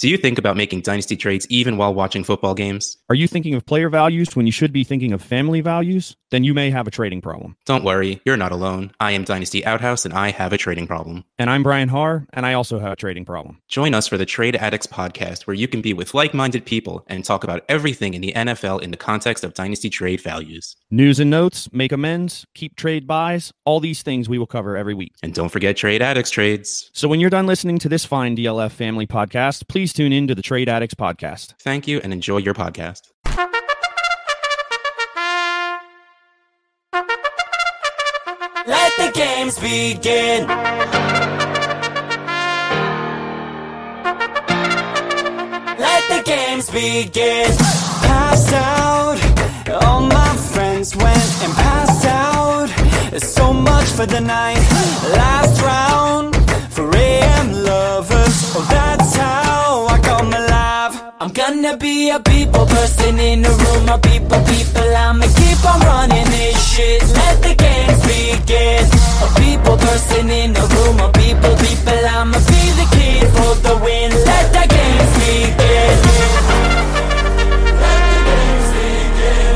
Do you think about making dynasty trades even while watching football games? Are you thinking of player values when you should be thinking of family values? Then you may have a trading problem. Don't worry, you're not alone. I am Dynasty Outhouse and I have a trading problem. And I'm Brian Haar, and I also have a trading problem. Join us for the Trade Addicts podcast, where you can be with like minded people and talk about everything in the NFL in the context of dynasty trade values. News and notes, make amends, keep trade buys, all these things we will cover every week. And don't forget Trade Addicts trades. So when you're done listening to this fine DLF family podcast, please tune in to the Trade Addicts podcast. Thank you and enjoy your podcast. Let the games begin. Let the games begin. Passed out. All my friends went and passed out. So much for the night. Last round for AM lovers. Oh, that's how I come alive. I'm gonna be a people person in a room of people, people. I'ma keep on running this shit. Let the games begin. A people person in a room of people, people. I'ma be the kid for the win. Let the games begin. Let the games begin.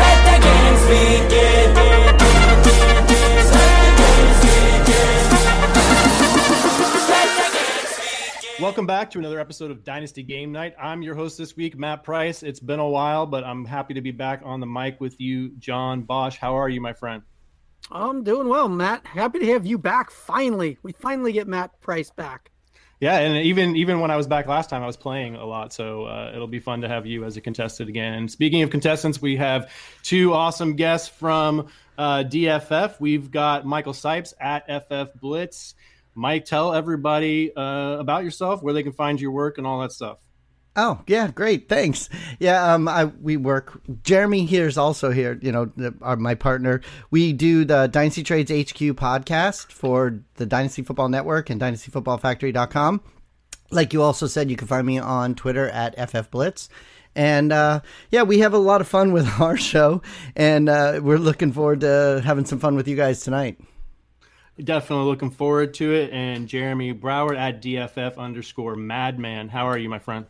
Let the games begin. Let the games begin. Welcome back to another episode of Dynasty Game Night. I'm your host this week, Matt Price. It's been a while, but I'm happy to be back on the mic with you, John Bosch. How are you, my friend? I'm doing well, Matt. Happy to have you back. Finally, we finally get Matt Price back. Yeah, and even even when I was back last time, I was playing a lot, so uh, it'll be fun to have you as a contestant again. And speaking of contestants, we have two awesome guests from uh, DFF. We've got Michael Sipes at FF Blitz. Mike, tell everybody uh, about yourself, where they can find your work, and all that stuff. Oh yeah, great, thanks. Yeah, um, I we work. Jeremy here is also here. You know, the, our, my partner. We do the Dynasty Trades HQ podcast for the Dynasty Football Network and DynastyFootballFactory.com. Like you also said, you can find me on Twitter at ffblitz. And uh, yeah, we have a lot of fun with our show, and uh, we're looking forward to having some fun with you guys tonight. Definitely looking forward to it. And Jeremy Broward at DFF underscore Madman. How are you, my friend?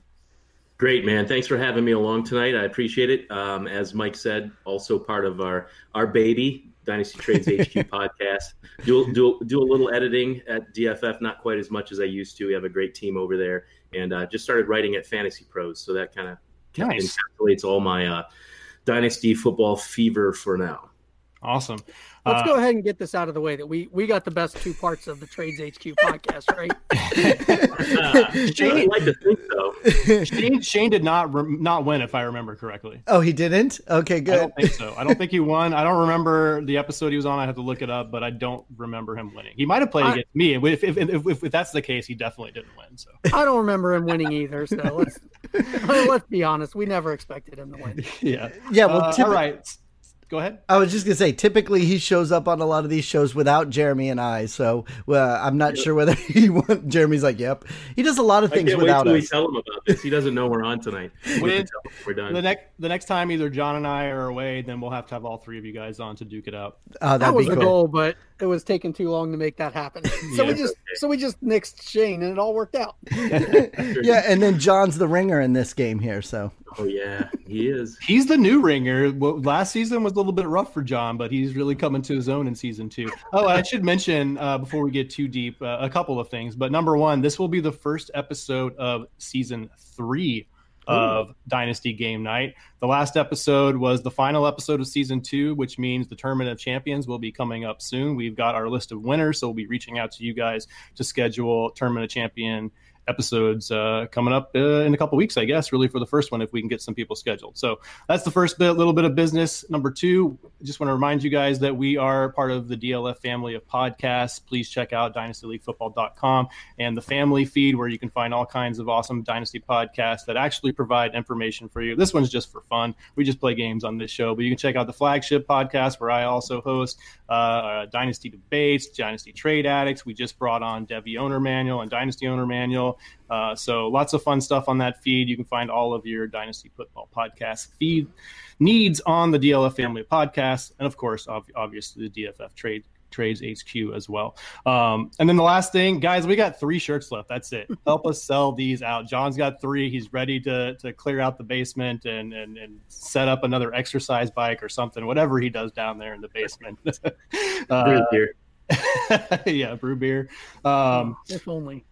Great, man. Thanks for having me along tonight. I appreciate it. Um, as Mike said, also part of our our baby Dynasty Trades HQ podcast. Do do do a little editing at DFF, not quite as much as I used to. We have a great team over there, and uh, just started writing at Fantasy Pros, so that kind of Nice. encapsulates all my uh, Dynasty football fever for now. Awesome. Let's Uh, go ahead and get this out of the way that we we got the best two parts of the Trades HQ podcast, right? Uh, I like to think so. Shane, Shane did not rem- not win, if I remember correctly. Oh, he didn't. Okay, I good. don't think so. I don't think he won. I don't remember the episode he was on. I have to look it up, but I don't remember him winning. He might have played I- against me. If, if, if, if, if that's the case, he definitely didn't win. So I don't remember him winning either. So let's uh, let's be honest, we never expected him to win. yeah, Yeah, well, Uh, typi- all right. Go ahead. I was just gonna say, typically he shows up on a lot of these shows without Jeremy and I, so well, I'm not sure whether he want. Jeremy's like, "Yep." He does a lot of I things can't wait without till we us. tell him about this. He doesn't know we're on tonight. We can With- tell him we're done. The next the next time, either John and I are away, then we'll have to have all three of you guys on to duke it out. Oh, That that'd was be the cool. goal, but it was taking too long to make that happen. So Yeah. we just so we just nixed Shane, and it all worked out. Yeah, and then John's the ringer in this game here, so Oh yeah, he is. He's the new ringer. Well, Last season was a little bit rough for John, but he's really coming to his own in season two. Oh, I should mention uh, before we get too deep, uh, a couple of things. But number one, this will be the first episode of season three of Dynasty Game Night. The last episode was the final episode of season two, which means the Tournament of Champions will be coming up soon. We've got our list of winners, so we'll be reaching out to you guys to schedule Tournament of Champion episodes uh, coming up uh, in a couple weeks, I guess, really for the first one if we can get some people scheduled. So that's the first bit, little bit of business. Number two, just want to remind you guys that we are part of the DLF family of podcasts. Please check out dynastyleaguefootball.com and the family feed where you can find all kinds of awesome dynasty podcasts that actually provide information for you. This one's just for fun. We just play games on this show, but you can check out the flagship podcast where I also host uh, uh, Dynasty Debates, Dynasty Trade Addicts. We just brought on Devi Owner Manual and Dynasty Owner Manual. Uh, so lots of fun stuff on that feed. You can find all of your Dynasty Football podcast feed needs on the DLF Family Podcast, and of course, ob- obviously the DFF Trade Trades HQ as well. Um, and then the last thing, guys, we got three shirts left. That's it. Help us sell these out. John's got three. He's ready to to clear out the basement and and, and set up another exercise bike or something, whatever he does down there in the basement. uh, Brew beer. yeah, brew beer. Um, if only.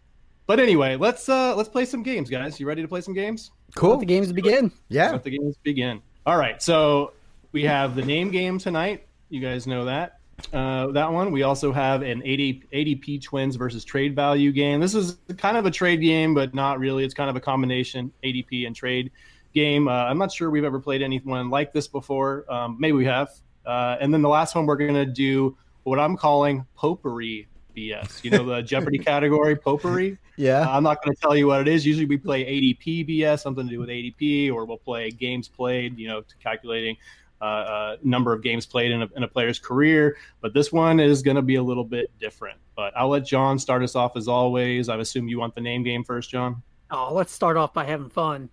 but anyway, let's uh let's play some games, guys. You ready to play some games? Let Cool. the games begin. Yeah. Let the games begin. All right, so we have the name game tonight. You guys know that uh, that one. We also have an 80, ADP Twins versus Trade Value game. This is kind of a trade game, but not really. It's kind of a combination ADP and trade game. Uh, I'm not sure we've ever played anyone like this before. Um, maybe we have. Uh, and then the last one we're gonna do what I'm calling potpourri BS. You know the Jeopardy category potpourri. Uh, Yeah. I'm not going to tell you what it is. Usually we play ADP BS, something to do with ADP, or we'll play games played, you know, to calculating uh, uh, number of games played in a, in a player's career. But this one is going to be a little bit different. But I'll let John start us off as always. I assume you want the name game first, John? Oh, let's start off by having fun.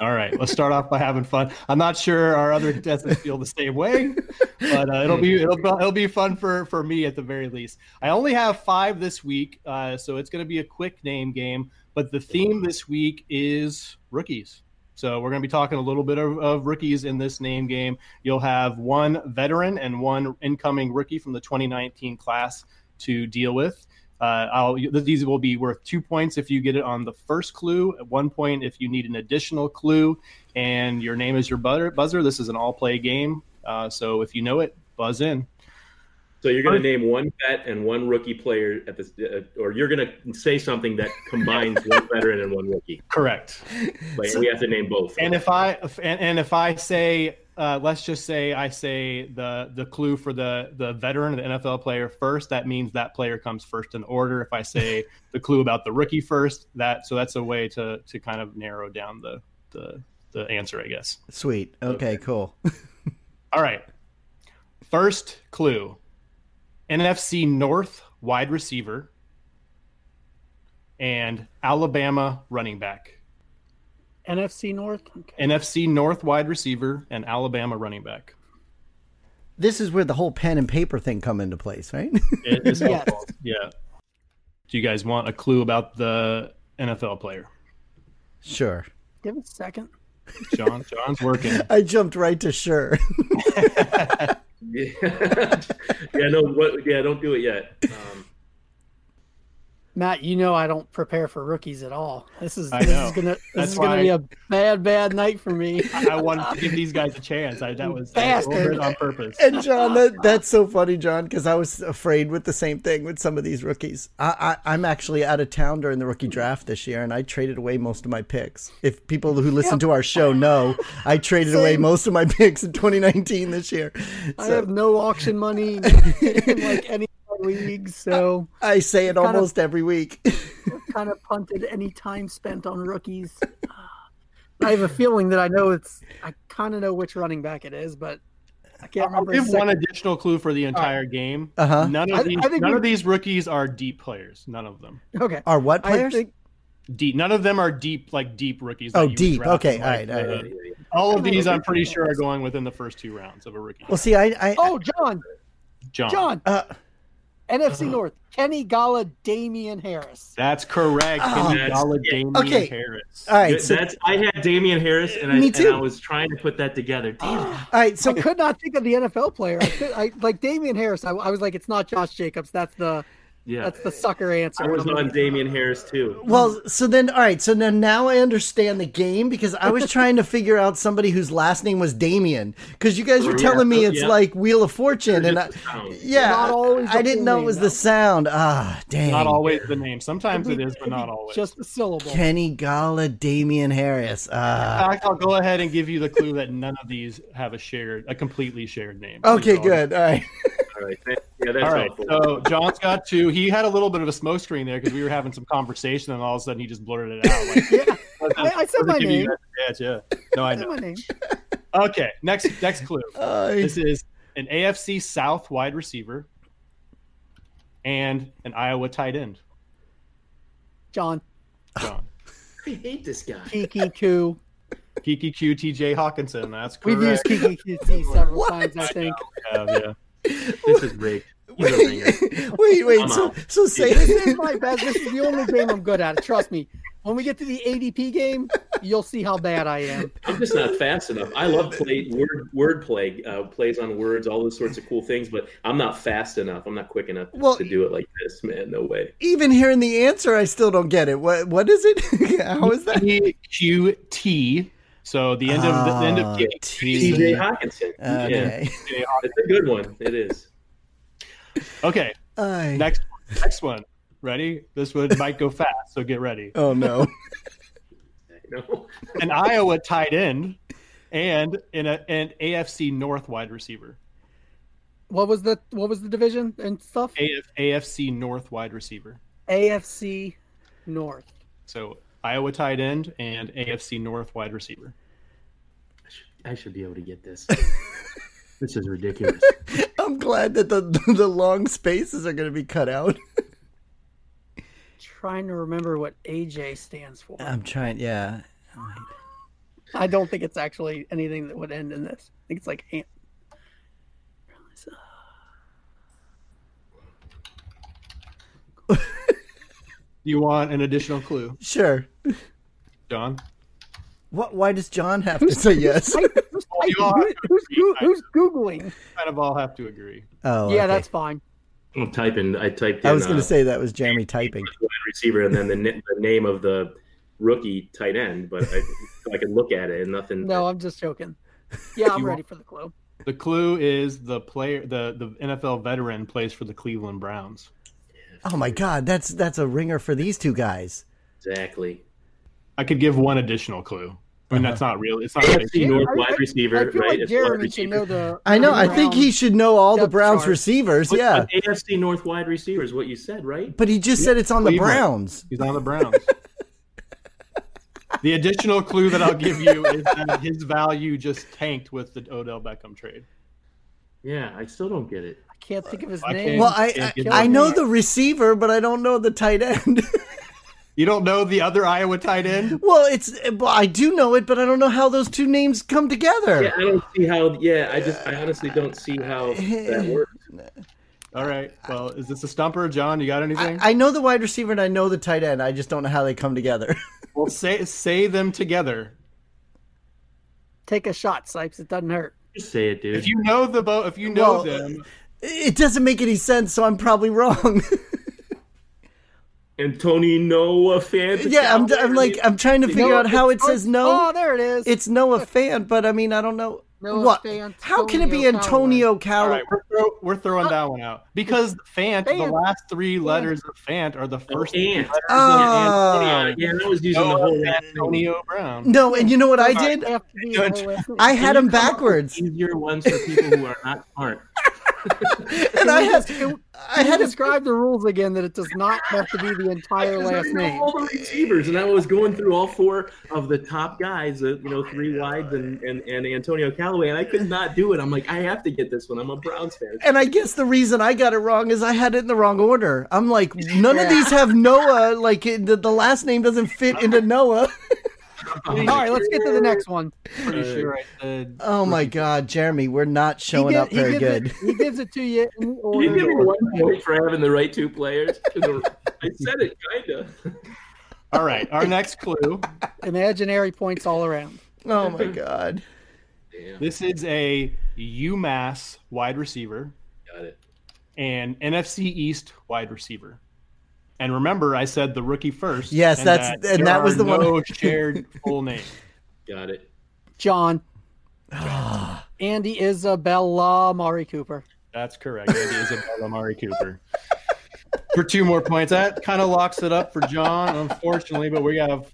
All right, let's start off by having fun. I'm not sure our other contestants feel the same way, but uh, it'll be it'll, be- it'll be fun for for me at the very least. I only have five this week, uh, so it's going to be a quick name game. But the theme this week is rookies, so we're going to be talking a little bit of, of rookies in this name game. You'll have one veteran and one incoming rookie from the 2019 class to deal with. Uh, I'll, these will be worth two points if you get it on the first clue, at one point if you need an additional clue, and your name is your butter, buzzer. This is an all play game. Uh, so if you know it, buzz in. So you're going to name one vet and one rookie player at this, uh, or you're going to say something that combines one veteran and one rookie. Correct. Like we have to name both. And if I if- and, and if I say, uh, let's just say I say the the clue for the the veteran, the NFL player first. That means that player comes first in order. If I say the clue about the rookie first, that so that's a way to to kind of narrow down the the the answer, I guess. Sweet. Okay. Cool. All right. First clue NFC North wide receiver and Alabama running back. NFC North. Okay. NFC North wide receiver and Alabama running back. This is where the whole pen and paper thing come into place, right? It is Yes. helpful. Yeah. Do you guys want a clue about the NFL player? sure. Give it a second. John, John's working. I jumped right to sure. yeah, no, what, yeah, don't do it yet. Um, Matt, you know I don't prepare for rookies at all. This is I this know. is gonna this That's is gonna why- be a bad bad night for me. I wanted to give these guys a chance. I, that was I over it on purpose. And John, that, that's so funny, John, because I was afraid with the same thing with some of these rookies. I, I, I'm actually out of town during the rookie draft this year, and I traded away most of my picks. If people who listen to our show know, I traded away most of my picks in 2019 this year. I So- have no auction money in like any league, so I say it kind of- almost every week. kind of punted any time spent on rookies. I have a feeling that I know it's. I kind of know which running back it is, but I can't I'll remember. give his second- one additional clue for the entire game. Uh-huh. None I- of these, I think none we- of these rookies are deep players. None of them. okay. Are what I players? think Deep. None of them are deep like deep rookies. that Oh, you would deep. draft, Okay, like, all right, all uh, right. All of these, I'm pretty sure, are going within the first two rounds of a rookie. Well, see, I, I Oh, John, John. Uh-huh. John, uh, NFC North, Kenny Gala, Damian Harris. That's correct. Oh. Kenny Golladay, Damian Okay. Harris. all right, so, all that's I had Damian Harris, and I, Me and too. Ah, I was trying to put that together. Damn. it. right, so I could not think of the NFL player. I, could, I like Damian Harris. I, I was like, it's not Josh Jacobs. That's the Yeah, that's the sucker answer. I was on Damian Harris too. well, so then, all right, so then now I understand the game because I was trying to figure out somebody whose last name was Damien because you guys were Yeah, telling me it's yeah. like Wheel of Fortune, and I, Just the sound. yeah, Not always I the didn't full know it name, was though. the sound. Ah, dang, Not always the name. Sometimes It'd it be- is, but it'd be not always. Just a syllable. Kenny Gala, Damian Harris. In Ah, fact, I'll go ahead and give you the clue that none of these have a shared, a completely shared name. okay, These are all- good. All right, All right, thank- yeah, that's All right, helpful. so John's got two. He had a little bit of a smoke screen there because we were having some conversation, and all of a sudden he just blurted it out. Like, Yeah, I, I said my give you name. guys a chance, yeah. No, I I said know. my name. Okay, next next clue. Uh, This is an AFC South wide receiver and an Iowa tight end. John John. I hate this guy. Kiki Koo. Kiki Q TJ Hawkinson. That's We've correct. used Kiki QT several times, I think. Yeah, yeah. This is rigged. He's a ringer. wait, wait. I'm So, out. so say This is my best. This is the only game I'm good at. Trust me. When we get to the ADP game, you'll see how bad I am. I'm just not fast enough. I love play word word play uh, plays on words, all those sorts of cool things, but I'm not fast enough. I'm not quick enough Well- to do it like this, man. No way. even hearing the answer, I still don't get it. What what is it? How is that? QT. So the end of the end Ah, of E T. TJ E Hawkinson. Uh, Okay. Yeah, it's a good one. It is. Okay, I- next next one. Ready? This one might go fast, so get ready. oh no. You know? An Iowa tight end and in a, an AFC North wide receiver. What was the what was the division and stuff? AF, AFC North wide receiver. AFC North. So Iowa tight end and AFC North wide receiver. I should be able to get this. this is ridiculous. I'm glad that the the long spaces are going to be cut out. Trying to remember what AJ stands for. I'm trying. Yeah. I don't think it's actually anything that would end in this. I think it's like ant. Do you want an additional clue, Sure. John? What? Why does John have to say yes? Who's, Oh, you are. who's, who's, who's googling? Kind of all have to agree. Oh, Yeah, okay. that's fine. I'm typing. I typed. In, I was going uh, to say that was Jeremy typing. wide receiver, and then the, na- the name of the rookie tight end, but I, I could look at it and nothing. No, I'm just joking. Yeah, I'm You ready for the clue. The clue is the player, the the NFL veteran plays for the Cleveland Browns. Oh my God, that's that's a ringer for these two guys. exactly. I could give one additional clue. I mean, that's not real. It's not. AFC North I- I- wide receiver, I feel right? like It's wide Jeremy should receiver. know the. I know. I the think he round- should know all the depth Browns chart. receivers. But- Yeah, but AFC North wide receiver is what you said, right? but he just said it's on the Cleveland. Browns. He's on the Browns. the additional clue that I'll give you is that his value just tanked with the Odell Beckham trade. Yeah, I still don't get it. I can't think of his I name. can't- Well, I can't get I, I it. know the receiver, but I don't know the tight end. You don't know the other Iowa tight end? well, it's well, I do know it, but I don't know how those two names come together. Yeah, I don't see how. Yeah, I just, I honestly don't see how that works. All right. Well, is this a stumper, John? You got anything? I, I know the wide receiver and I know the tight end. I just don't know how they come together. well, say say them together. Take a shot, Sipes. It doesn't hurt. Just say it, dude. If you know the boat, if you know Well, them, it doesn't make any sense, so I'm probably wrong. Antonio Noah fan. yeah, I'm, I'm like I'm trying to figure out how it says Oh, no. there it is. It's Noah Fan, but I mean I don't know Noah what. Fant, How can it be Antonio Antonio all Cowell? right, we're, throw, we're throwing that one out because Fant, the Fant. last three letters of Fant are the first. three Ant. letters of Oh. yeah, I was using the Noah whole. Antonio Brown. No, and you know what I did? F D O S E. I had him backwards, Easier ones for people who are not smart. and I you had just- can- I Can you had him. describe the rules again that it does not have to be the entire last name? all the receivers, and I was going through all four of the top guys, uh, you know, three wides and, and, and Antonio Callaway, and I could not do it. I'm like, I have to get this one. I'm a Browns fan. And I guess the reason I got it wrong is I had it in the wrong order. I'm like, none of these have Noah. Like it- the, the last name doesn't fit into Noah. All right, let's get to the next one. Pretty sure I said. Oh my God, Jeremy, we're not He showing gi- up he very gives good. It, he gives it to you in Can you give me order. one point for having the right two players? 'Cause I said it, kinda. All right, our next clue. Imaginary points all around. Oh my God. Damn, This is a UMass wide receiver got it. and NFC East wide receiver. And remember, I said the rookie first. Yes, and that's- that and there that was are the one- no shared full name. Got it. John. Andy Isabella, Mari Cooper. That's correct. Andy Isabella, Amari Cooper. For two more points, that kind of locks it up for John, unfortunately. But we have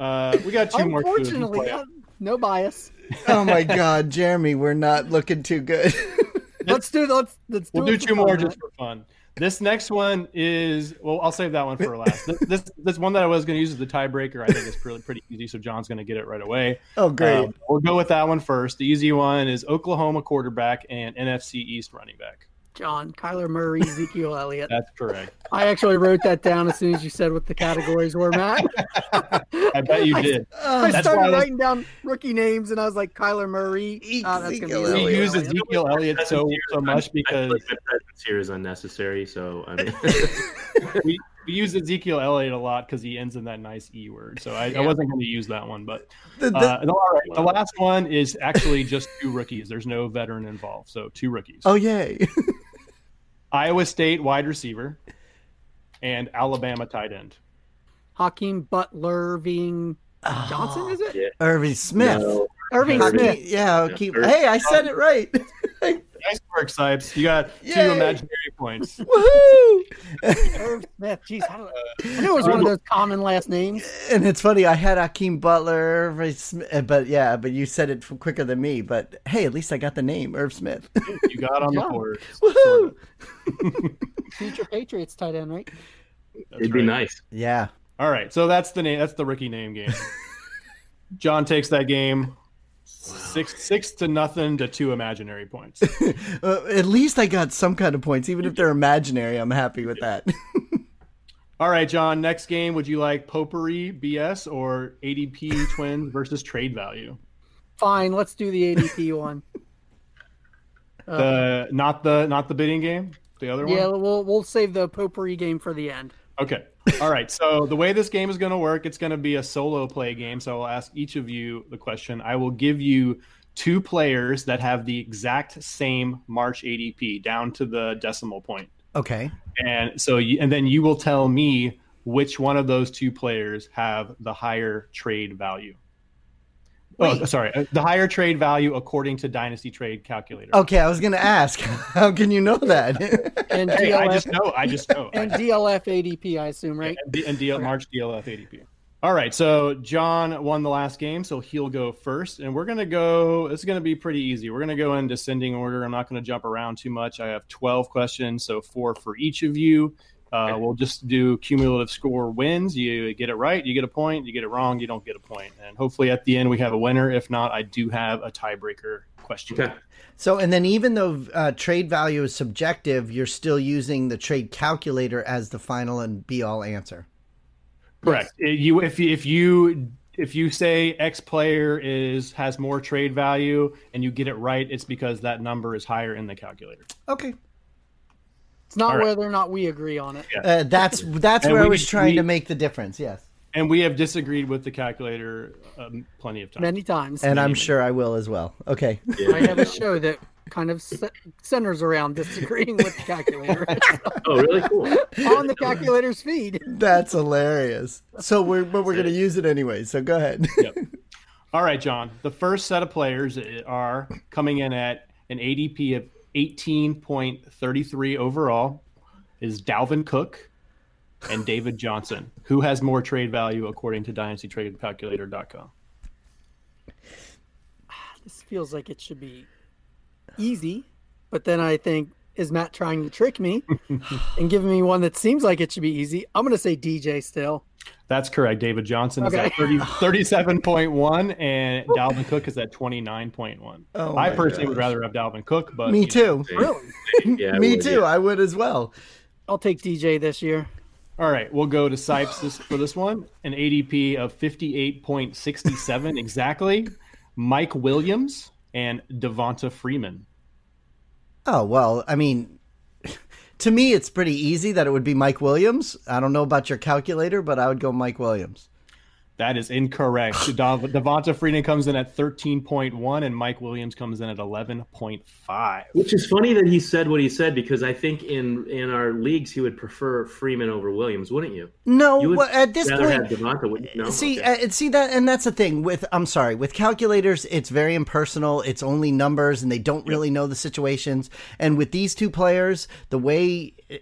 uh, we got two more. clues to Unfortunately, play out. that- no bias. Oh my God, Jeremy, we're not looking too good. Let's do let's, let's We'll do it for two fun, more huh? just for fun. This next one is well, I'll save that one for last. This this, this one that I was going to use as the tiebreaker, I think is pretty pretty easy. So John's going to get it right away. Oh great. Um, we'll go with that one first. The easy one is Oklahoma quarterback and NFC East running back. John, Kyler Murray, Ezekiel Elliott. That's correct. I actually wrote that down as soon as you said what the categories were, Matt. I bet you did. Oh, I That's why started this- writing down rookie names, and I was like Kyler Murray. Ah, that's gonna be Ezekiel Ezekiel He Elliott. used Elliott. Ezekiel Elliott so so much I feel because like my presence here is unnecessary. So I mean, we, we use Ezekiel Elliott a lot because he ends in that nice e word. So I, I wasn't going to use that one, but The- the- uh, no, all right. The last one is actually just two rookies. There's no veteran involved, so two rookies. oh yay! Iowa State wide receiver and Alabama tight end. Hakeem Butler, Irving Ah. Johnson, is it? Yeah. Ah, Irving Smith. no. Irving Irving. Smith. Yeah, Yeah, keep. Irv- Hey, I said it right. Nice work, Sipes. You got two Yay. imaginary points. Woohoo! Irv Smith. Jeez, how did I, I knew it Uh, was one of those common last names. And it's funny. I had Akeem Butler, Irv Smith, uh, but yeah, but you said it f- quicker than me. But hey, at least I got the name Irv Smith. You got on the Yeah. board. Woohoo! Future Patriots tight end, right? That's it'd be right. nice. Yeah. All right, so that's the name. That's the rookie name game. John takes that game six six to nothing to two imaginary points. Uh, at least I got some kind of points, even if they're imaginary. I'm happy with that. All right, John. Next game, would you like potpourri BS or ADP Twins versus trade value? Fine, let's do the ADP one. The not the not the bidding game. The other Yeah, one. we'll we'll save the potpourri game for the end. Okay. All right. So the way this game is going to work, it's going to be a solo play game. So I'll ask each of you the question. I will give you two players that have the exact same March ADP down to the decimal point. Okay. and so you, and then you will tell me which one of those two players have the higher trade value. Oh, sorry, uh, the higher trade value according to Dynasty Trade Calculator. Okay. I was gonna ask, how can you know that? And Hey, DLF I just know. I just know. I and DLF ADP, I assume, right? and, D- and DL, March DLF ADP. All right, so John won the last game, so he'll go first, and we're gonna go. This is gonna be pretty easy. We're gonna go in descending order. I'm not gonna jump around too much. I have 12 questions, so four for each of you. Uh, we'll just do cumulative score wins. You get it right, you get a point. You get it wrong, you don't get a point. And hopefully, at the end, we have a winner. If not, I do have a tiebreaker question. Okay. so, and then even though uh, trade value is subjective, you're still using the trade calculator as the final and be all answer. Correct. If You if you- if you if you say X player is has more trade value and you get it right, it's because that number is higher in the calculator. Okay. It's not All right. whether or not we agree on it. Uh, that's that's And where I we- was trying we- to make the difference. Yes, And we have disagreed with the calculator um, plenty of times. Many times. and I'm sure I will as well. Okay, I have a show that kind of se- centers around disagreeing with the calculator Oh, really? Cool. on the calculator's feed. that's hilarious. So we're but we're gonna use it anyway. So go ahead. All right, John. The first set of players are coming in at an ADP of 18.33 overall is Dalvin Cook and David Johnson. Who has more trade value according to dynastytradecalculator.com? This feels like it should be easy, but then I think, is Matt trying to trick me and giving me one that seems like it should be easy? I'm going to say DJ still. That's correct. David Johnson is Okay. at 30, 37.1 and Dalvin Cook is at 29.1. Oh I my personally would gosh. rather have Dalvin Cook, but Me you know, too. Really? Yeah, I Me would, too. yeah. I would as well. I'll take DJ this year. All right, we'll go to Sipes this, for this one. An ADP of 58.67 exactly. Mike Williams and Devonta Freeman. Oh well. I mean, to me, it's pretty easy that it would be Mike Williams. I don't know about your calculator, but I would go Mike Williams. That is incorrect. Dav- Devonta Freeman comes in at 13.1 and Mike Williams comes in at 11.5. Which is funny that he said what he said because I think in in our leagues he would prefer Freeman over Williams, wouldn't you? No, You would Oh, well, at this rather point, have Devonta, wouldn't you? No? See, Okay. uh, see that, and that's the thing with. I'm sorry, with calculators, it's very impersonal. It's only numbers, and they don't really know the situations. And with these two players, the way, eh,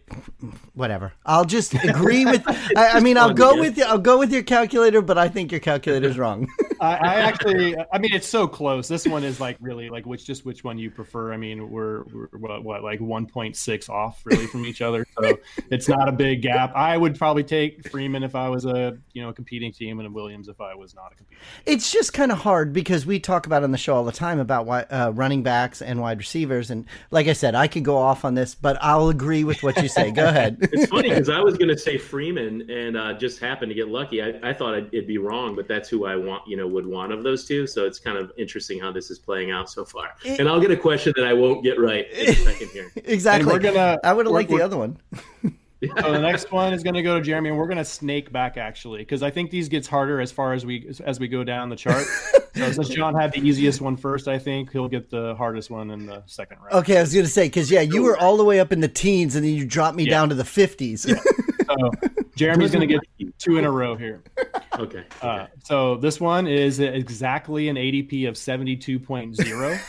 whatever, I'll just agree with. I, I mean, I'll fun, go yeah. with I'll go with your calculator, but I think your calculator's wrong. I, I actually, I mean, it's so close. This one is like really like which just which one you prefer. I mean, we're, we're what, what like 1.6 off really from each other, so it's not a big gap. I would probably take Freeman if I was a you know a competing team, and Williams if I was not a competing. It's just kind of hard because we talk about on the show all the time about why, uh, running backs and wide receivers, and like I said, I could go off on this, but I'll agree with what you say. go ahead. It's funny because I was going to say Freeman and uh, just happened to get lucky. I, I thought it'd, it'd be wrong, but that's who I want, you know, would want of those two. So it's kind of interesting how this is playing out so far. and I'll get a question that I won't get right in a second here. exactly. we're gonna- I would have we're- liked the we're- other one. so the next one is going to go to Jeremy, and we're going to snake back actually because I think these gets harder as far as we as we go down the chart. so since John had the easiest one first, I think he'll get the hardest one in the second round. Okay, I was going to say because yeah, you were all the way up in the teens, and then you dropped me Yeah. down to the fifties. So Jeremy's going to get two in a row here. Okay. Uh, so this one is exactly an ADP of 72.0.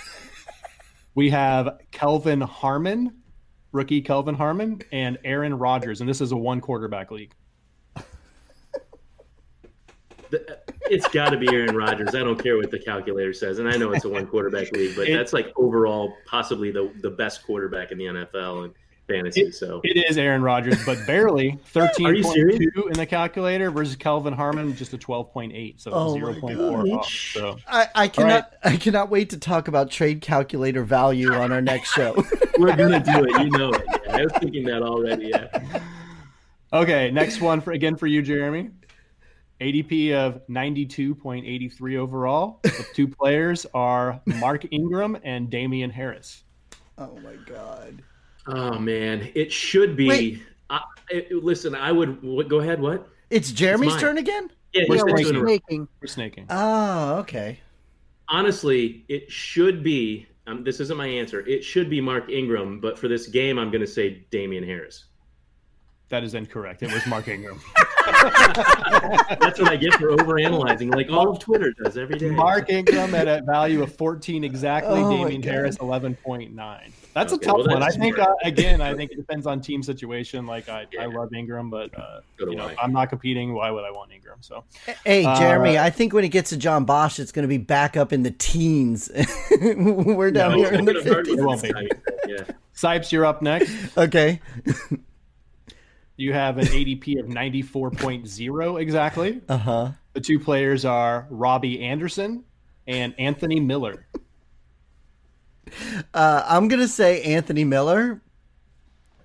we have Kelvin Harmon, rookie Kelvin Harmon, and Aaron Rodgers, and this is a one quarterback league. The- it's got to be Aaron Rodgers. I don't care what the calculator says, and I know it's a one quarterback league, but It- that's like overall possibly the the best quarterback in the NFL and fantasy. so It is Aaron Rodgers, but barely 13.2 serious? in the calculator versus Kelvin Harmon, just a 12.8, so Oh my 0.4 off. So I, I cannot I cannot wait to talk about trade calculator value on our next show. we're gonna do it. You know it. Yeah, I was thinking that already. Yeah. okay, next one for again for you, Jeremy. ADP of 92.83 overall. The two players are Mark Ingram and Damian Harris. oh my god. Oh man, it should be. Wait. I, I- listen, I would what, go ahead. What? It's Jeremy's mine. turn again? Yeah, Yeah, just we're two in a row. snaking. We're snaking. Oh, okay. honestly, it should be. Um, this isn't my answer. It should be Mark Ingram, but for this game, I'm going to say Damian Harris. That is incorrect. It was Mark Ingram. That's what I get for overanalyzing, like all of Twitter does every day. Mark Ingram at a value of 14 exactly. Oh my Damian God. Harris 11.9. That's Okay, a tough well, one. I that's think uh, smart. again, I think it depends on team situation. Like I, Yeah. I love Ingram, but uh, So do you know, I. I'm not competing. Why would I want Ingram? So Hey, Uh, Jeremy, I think when it gets to John Bosch, it's going to be back up in the teens. We're down No, here in the it's gonna hurt me 50s. won't be. this time. Yeah. Sipes, you're up next. Okay. You have an ADP of 94.0 exactly. Uh huh. The two players are Robbie Anderson and Anthony Miller. Uh, I'm going to say Anthony Miller.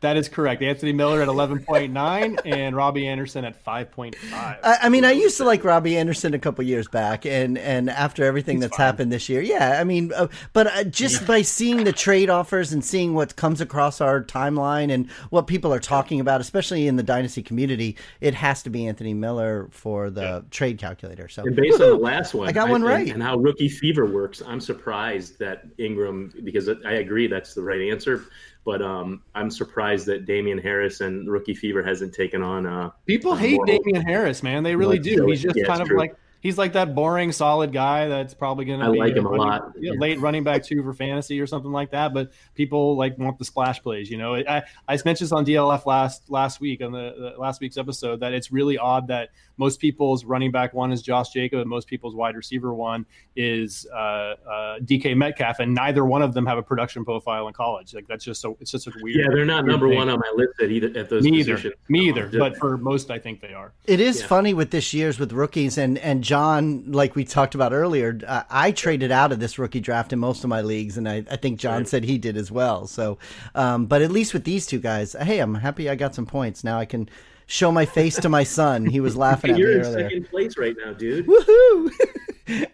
That is correct. Anthony Miller at 11.9 and Robbie Anderson at 5.5. I, I mean, I used to like Robbie Anderson a couple years back, and, and after everything that's happened this year, yeah, I mean, uh, but uh, just by seeing the trade offers and seeing what comes across our timeline and what people are talking about, especially in the dynasty community, it has to be Anthony Miller for the trade calculator. So And based on the last one, I got one and- right. And how rookie fever works, I'm surprised that Ingram, because I agree that's the right answer, but um, I'm surprised that Damian Harris and rookie fever hasn't taken on. Uh, People hate Moral. Damian Harris, man. They really Like, do. He's just yeah, it's kind of true. like he's like that boring, solid guy that's probably going to. I be like him a running- lot. yeah, late running back two for fantasy or something like that. But people like want the splash plays. You know, I I mentioned this on DLF last last week on the, the last week's episode that it's really odd that most people's running back one is Josh Jacob and most people's wide receiver one is uh, uh, DK Metcalf, and neither one of them have a production profile in college. Like that's just so it's just a weird. yeah, they're not weird number thing. one on my list at either at those Me either. positions. Me Um, either. just- But for most, I think they are. It is Yeah. funny with this year's with rookies and and John, like we talked about earlier, uh, I traded out of this rookie draft in most of my leagues, and I, I think John said he did as well. So, um, but at least with these two guys, hey, I'm happy I got some points. Now I can show my face to my son. He was laughing at me you're in earlier. second place right now, dude. Woohoo!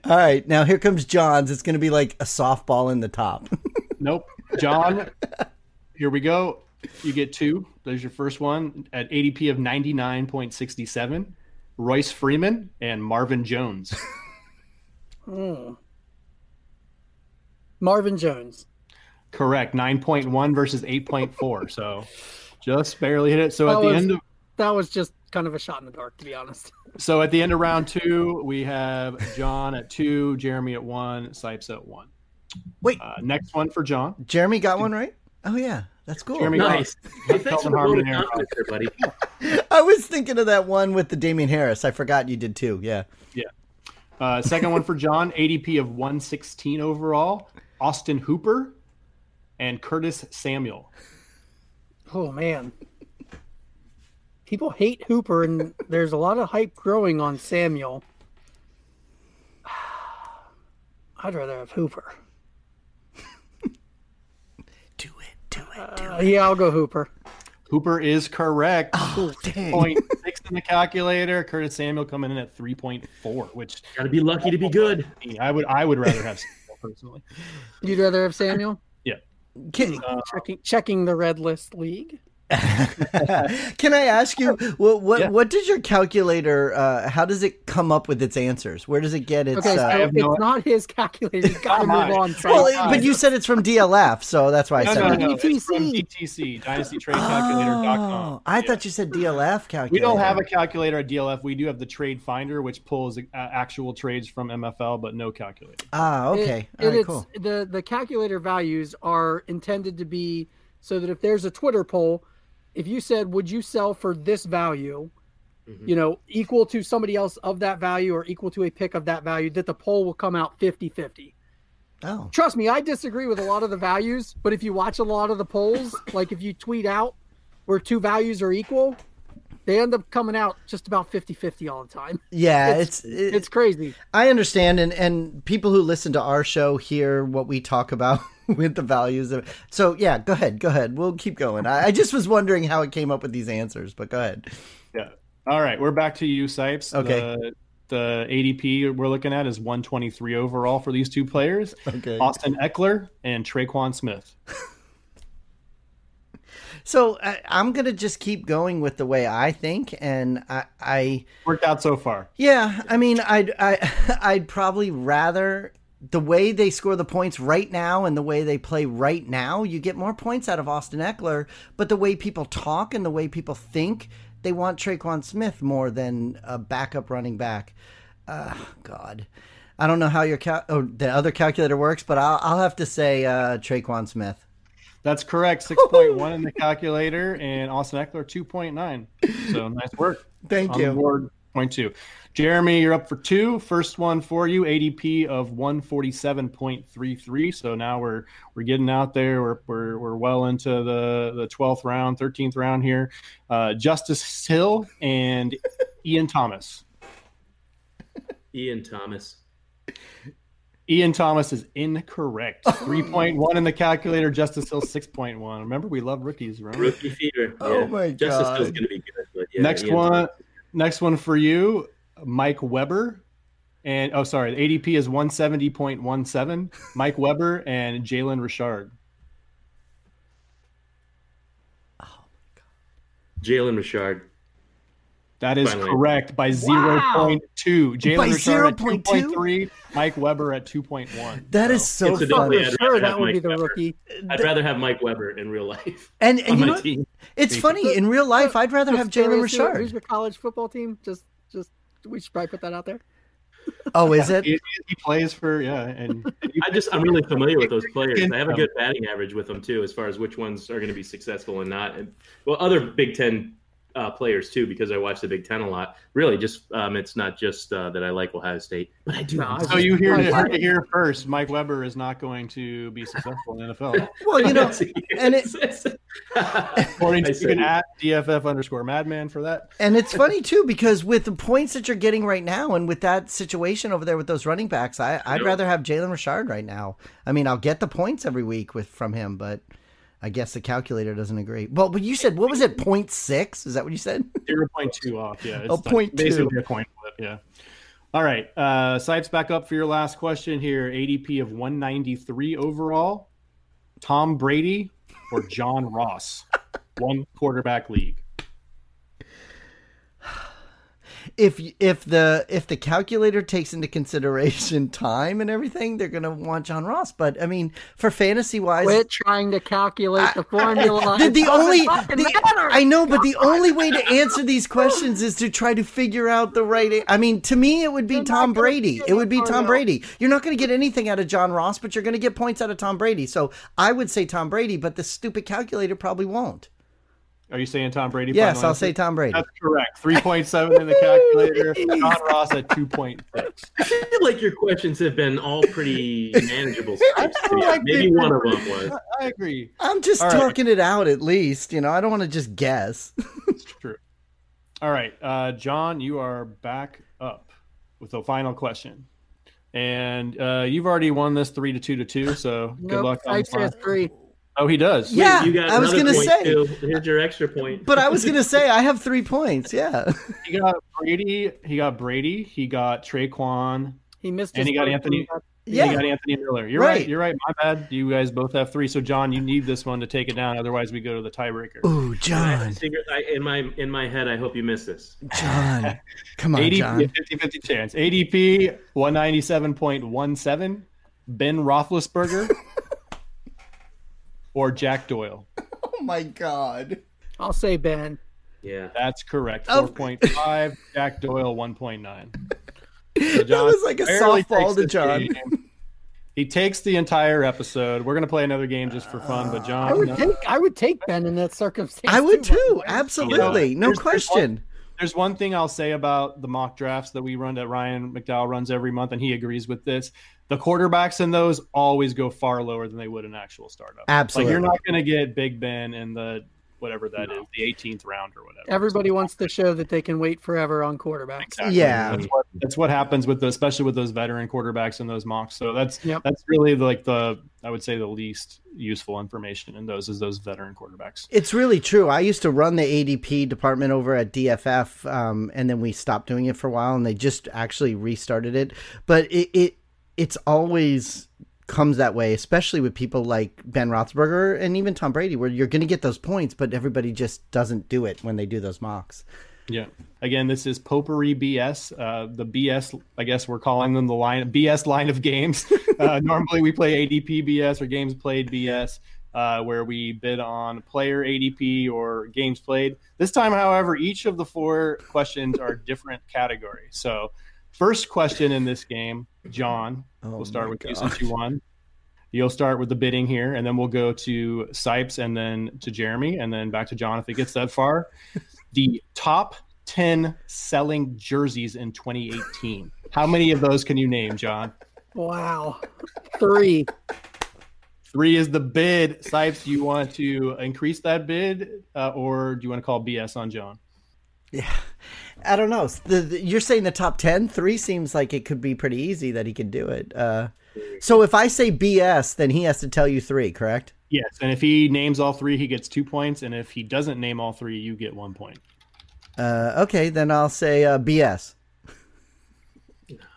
All right, now here comes John's. It's going to be like a softball in the top. Nope. John, here we go. You get two. There's your first one at ADP of 99.67. Royce Freeman and Marvin Jones. Mm. Marvin Jones. Correct. 9.1 versus 8.4. So just barely hit it. So at That the was- end of That was just kind of a shot in the dark, to be honest. so at the end of round two, we have John at two, Jeremy at one, Sipes at one. Wait. Uh, next one for John. Jeremy got one right. Oh yeah, that's cool. Jeremy- Nice. Hey, thanks Kelvin for the vote Harmon uh, of there. confidence there, buddy. I was thinking of that one with the Damien Harris. I forgot you did too. Yeah. Uh, second one for John, ADP of 116 overall, Austin Hooper, and Curtis Samuel. Oh man. People hate Hooper and there's a lot of hype growing on Samuel. I'd rather have Hooper. Do it, do it, Uh, yeah, I'll go Hooper. Hooper is correct. Oh, dang. 0.6 in the calculator. Curtis Samuel coming in at 3.4, which Got to be lucky to be good. I would I would rather have Samuel personally. You'd rather have Samuel? Can, Checking checking the red list league. can I ask you what what, Yeah. what does your calculator? Uh, how does it come up with its answers? Where does it get its? Okay, so uh, have it's no- not his calculator. He's got to Not move on. Frank. well, it- but you said it's from DLF, so that's why I No, said. no, that. no. It's from DTC, DTC. dynastytradecalculator.com. Oh, I Yeah. thought you said DLF calculator. We don't have a calculator at DLF. We do have the trade finder, which pulls uh, actual trades from MFL, but no calculator. Ah, It- okay. it All right, is- cool. The the calculator values are intended to be so that if there's a Twitter poll, if you said, "Would you sell for this value?" Mm-hmm. You know, equal to somebody else of that value or equal to a pick of that value, that the poll will come out 50 50. Oh, Trust me, I disagree with a lot of the values, but if you watch a lot of the polls, like if you tweet out where two values are equal, they end up coming out just about 50 50 all the time. yeah. It's It's- it- It's crazy. I understand, and and people who listen to our show hear what we talk about with the values. Of, so yeah, go ahead, go ahead. We'll keep going. I, I just was wondering how it came up with these answers, but go ahead. Yeah. All right, we're back to you, Sipes. Okay. The, the ADP we're looking at is 123 overall for these two players, Okay. Austin Eckler and Traquan Smith. So I, I'm gonna just keep going with the way I think, and I, I Worked out so far. yeah, I mean, I'd I, I'd probably rather the way they score the points right now and the way they play right now. You get more points out of Austin Eckler, but the way people talk and the way people think, they want Traquan Smith more than a backup running back. Uh, God, I don't know how your cal- oh, the other calculator works, but I'll I'll have to say uh, Traquan Smith. That's correct. 6.1 in the calculator, and Austin Eckler 2.9. So nice work. Thank on you. the board. Point two. Jeremy, you're up for two. First one for you, ADP of 147.33. So now we're we're getting out there. We're we're, we're well into the the 12th round, 13th round here. Uh, Justice Hill and Ian Thomas. Ian Thomas. Ian Thomas is incorrect. 3.1 in the calculator. Justice Hill 6.1. Remember, we love rookies, right? Rookie fever. Oh yeah. my Justice God. Hill's gonna be good. But yeah, next Ian one. Thomas. Next one for you, Mike Weber. And oh, sorry, the ADP is 170.17. Mike Weber and Jalen Richard. Jalen Richard. That is Finally. correct by 0.2. By Jalen Richard at 0.2? 2.3 Mike Weber at 2.1. That is so funny. Incidentally, I'd rather Sure, have that would be Mike the Weber. rookie. I'd rather have Mike Weber in real life And, and on you my know, what? team. it's funny. In real life, I'd rather have Jalen Seriously, Richard. Who's your college football team? Just, just we should probably put that out there. Oh, is it? He, he plays for yeah, and I just I'm really familiar with those players. I have a good batting average with them too, as far as which ones are going to be successful and not. And well, other Big Ten uh, players too, because I watch the Big Ten a lot. Really, just um, it's not just uh, that I like Ohio State, but I do. No, I- so you hear it heard it here first. Mike Weber is not going to be successful in the NFL. Well, you know, and it- According I to you said can at DFF underscore Madman for that. and it's funny too because with the points that you're getting right now, and with that situation over there with those running backs, I, I'd Yeah. rather have Jalen Richard right now. I mean, I'll get the points every week with from him, but I guess the calculator doesn't agree. Well, but you said what was it? Point six? Is that what you said? 0.2 off. Yeah. It's Oh, like 0.2. Basically a coin flip. Yeah. All right. Uh, Sipes back up for your last question here. ADP of 193 overall, Tom Brady or John Ross? One quarterback league. If if the if the calculator takes into consideration time and everything, they're gonna want John Ross. But I mean, for fantasy wise, Quit trying to calculate the formula. the, It the doesn't only fucking the- matter. I know, but the only way to answer these questions is to try to figure out the right. a- I mean, to me, it would be You're not Tom gonna Brady. figure It would be it Tom out. Brady. You're not going to get anything out of John Ross, but you're going to get points out of Tom Brady. So I would say Tom Brady, but the stupid calculator probably won't. Are you saying Tom Brady? Yes, final I'll answer? say Tom Brady. That's correct. Three point seven in the calculator. John Ross at two point six. I feel like your questions have been all pretty manageable. Steps, to be honest. like Maybe they- one of them was. I agree. I'm just All right. talking it out at least. You know, I don't want to just guess. It's true. All right, uh, John, you are back up with the final question, and uh, you've already won this three to two to two. So good Nope, luck. On I the final. says three. Oh, he does. Yeah, you got I was another gonna point, say. Too. Here's your extra point. But I was gonna say I have three points. Yeah. He got Brady. He got Brady. He got Traquan. He missed. And his he got first Anthony- one. You Yeah. got Anthony Miller. You're right. Right. You're right. My bad. You guys both have three. So John, you need this one to take it down. Otherwise, we go to the tiebreaker. Ooh, I, John, I, in my in my head, I hope you miss this. John, come on, ADP, John. 50-50 chance. ADP 197.17. Ben Roethlisberger or Jack Doyle. Oh my God. I'll say Ben. Yeah. That's correct. Oh. Four point five. Jack Doyle one point nine. that was like a barely softball takes to this John. game. He takes the entire episode. We're gonna play another game just for fun, but John, I would no. take. I would take Ben in that circumstance. I would by the too. way. Absolutely. No Here's- here's one- question. There's one thing I'll say about the mock drafts that we run that Ryan McDowell runs every month, and he agrees with this. The quarterbacks in those always go far lower than they would an actual startup. Absolutely. Like you're not going to get Big Ben in the whatever that is, the 18th round or whatever. Everybody wants to show that they can wait forever on quarterbacks. Exactly. Yeah. that's what, that's what happens with the, especially with those veteran quarterbacks in those mocks. So that's Yep. that's really like the I would say the least useful information in those is those veteran quarterbacks. It's really true. I used to run the ADP department over at DFF, um, and then we stopped doing it for a while, and they just actually restarted it. But it, it it's always comes that way, especially with people like Ben Roethlisberger and even Tom Brady, where you're going to get those points, but everybody just doesn't do it when they do those mocks. Yeah. Again, this is Potpourri BS. Uh, the BS, I guess we're calling them the line BS line of games. Uh, normally, we play ADP BS or games played BS, uh, where we bid on player ADP or games played. This time, however, each of the four questions are different categories. So, first question in this game, John, Oh we'll start my with you God. since you won. You'll start with the bidding here, and then we'll go to Sipes, and then to Jeremy, and then back to John if it gets that far. the top ten selling jerseys in 2018. How many of those can you name, John? Wow. Three. Three is the bid. Sipes, do you want to increase that bid, uh, or do you want to call BS on John? I don't know. The, the- you're saying the top 10? Three seems like it could be pretty easy that he could do it. Uh, so if I say BS, then he has to tell you three, correct? Yes, and if he names all three, he gets two points, and if he doesn't name all three, you get one point. Uh, okay, then I'll say uh, BS.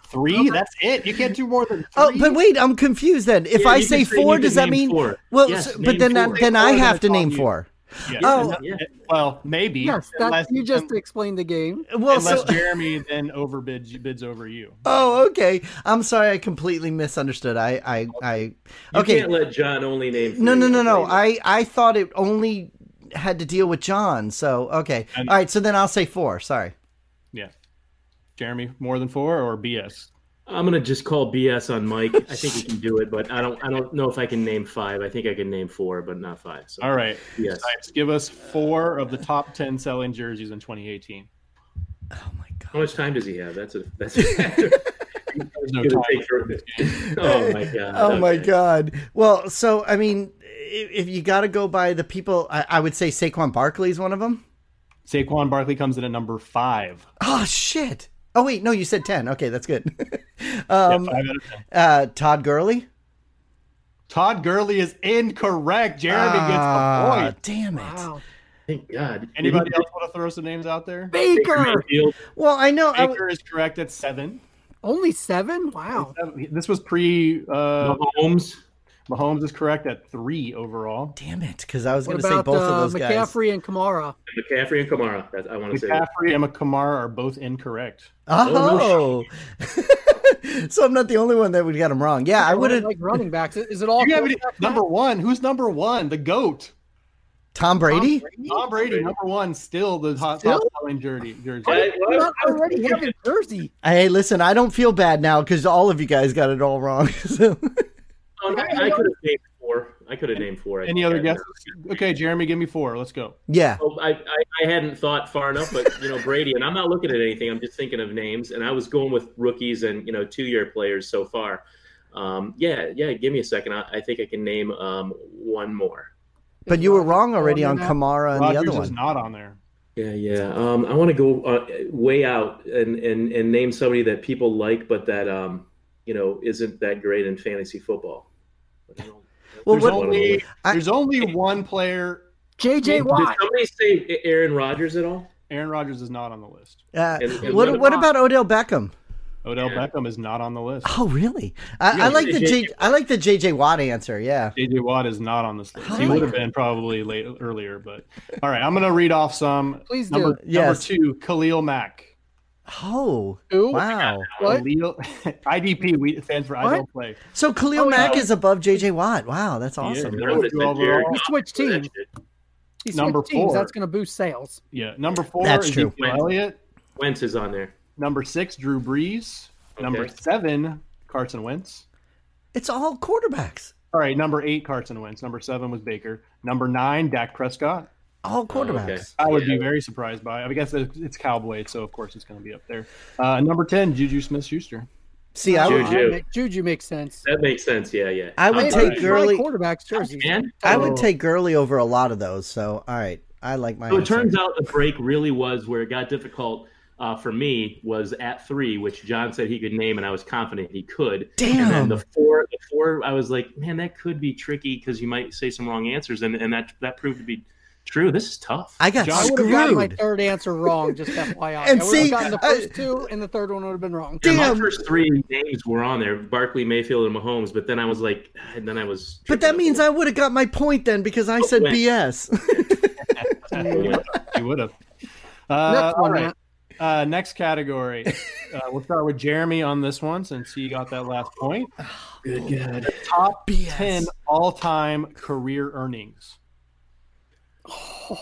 Three? That's it. You can't do more than. Three. Oh, but wait, I'm confused then. If Yeah, I you say can say- four, you does can that mean name four. well? Yes, s- name but then four. that, then Name I four, then have to it's name on you. four. Yeah. Oh. Yeah. Well, maybe. Yes, Unless- that's you just Oh, explained the game. Well, unless so, Jeremy then overbids bids over you. oh, okay. I'm sorry, I completely misunderstood. I, I, I. You Okay, can't let John only name. no, three. no, no, no. I'll tell you I, I thought it only had to deal with John. So okay, all And- right. So then I'll say four. Sorry. Yeah. Jeremy, more than four or BS? that. I'm gonna just call BS on Mike. I think he can do it, but I don't. I don't know if I can name five. I think I can name four, but not five. So All right. Yes. Types, give us four of the top 10 selling jerseys in 2018. Oh my god. How much time does he have? That's a that's a factor. There's no It's time. gonna take for- oh my god. Oh my okay. god. Well, so I mean, i- if you got to go by the people, I, I would say Saquon Barkley is one of them. Saquon Barkley comes in at number five. Oh shit. Oh wait, no, you said ten. Okay, that's good. Yeah, um, five out of 10. uh, Todd Gurley. Todd Gurley is incorrect. Jeremy gets the Ah, point. Damn it. Wow. Thank God. Anybody else want to throw some names out there? Baker. Mayfield, Well, I know. I w- Baker is correct at seven. Only seven. Wow. Seven- This was pre uh, Mahomes. Mahomes is correct at three overall. damn it, because I was What going to say about both uh, of those guys. McCaffrey and Kamara? McCaffrey and Kamara. That's, I want to say. that. McCaffrey and Kamara are both incorrect. Oh, so I'm not the only one that would get him wrong. Yeah, I would have. like running backs. Is it all You have any, quarterback now? number one. Who's number one? The goat. Tom Brady. Tom Brady, number one, still the hot Still? top selling jersey. jersey. I- I'm not already having Jersey. Hey, listen, I don't feel bad now because all of you guys got it all wrong. So- Um, I, I could have named four. I could have named four. I Any think. other I don't guesses? Okay, Jeremy, give me four. Let's go. Yeah. know. Oh, I, I, I hadn't thought far enough, but you know Brady and I'm not looking at anything. I'm just thinking of names, and I was going with rookies and you know two year players so far. Um, yeah, yeah. Give me a second. I, I think I can name um, one more. But you were wrong already on Kamara. Kamara and the Rodgers other is one. not on there. Yeah, yeah. Um, I want to go uh, way out and, and and name somebody that people like, but that um, you know isn't that great in fantasy football. But I don't- Well, there's, there's what- one on the only, list. I- there's only one player. JJ Watt. Did somebody say Aaron Rodgers at all? Aaron Rodgers is not on the list. Uh, And- and what what what about Odell Beckham? Odell Yeah. Beckham is not on the list. Oh, really? I, Yeah, I like the JJ J, I like the JJ Watt answer. Yeah. JJ Watt is not on this list. He Huh. would have been probably late earlier, but all right. I'm going to read off some. Please do. Number, Yes. number two, Khalil Mack. Oh, Who? wow. What? Khalil, IDP we, stands for I What? don't play. So Khalil Oh, Mack yeah. is above JJ Watt. Wow, that's is. awesome. I would have said Jared He Goff switched for that teams. shit. He switched Number teams. four. That's going to boost sales. Yeah. Number four, That's true. Ezekiel Elliott. Wentz is on there. Number six, Drew Brees. Number Okay. seven, Carson Wentz. It's all quarterbacks. All right, number eight, Carson Wentz. Number seven was Baker. Number nine, Dak Prescott. All quarterbacks. Oh, I okay. would Yeah. be very surprised by. I guess it's it's Cowboy, so of course it's going to be up there. Uh, number ten, Juju Smith-Schuster. See, I would, Juju. That make- Juju makes sense. That makes sense. Yeah, yeah. Uh, I would Hey, take Murray, Gurley. my quarterback's jerseys. Man. I would Oh. take Gurley over a lot of those. So, all right, I like my. So it answer. turns out the break really was where it got difficult uh, for me was at three, which John said he could name, and I was confident he could. And Damn. then the four, the four, I was like, man, that could be tricky because you might say some wrong answers, and, and that that proved to be true. This is tough. I got John- I would have gotten my screwed. third answer wrong, just FYI. And I would see, uh, have gotten the I- first two, and the third one would have been wrong. And damn. My first three names were on there: Barkley, Mayfield, and Mahomes. But then I was like, and then I was. But that means I would have got my point then because I said wait. BS. You would have. Uh, Next all one, right. Matt. Uh, next category. Uh, we'll start with Jeremy on this one since he got that last point. Good God. Top BS. ten all-time career earnings.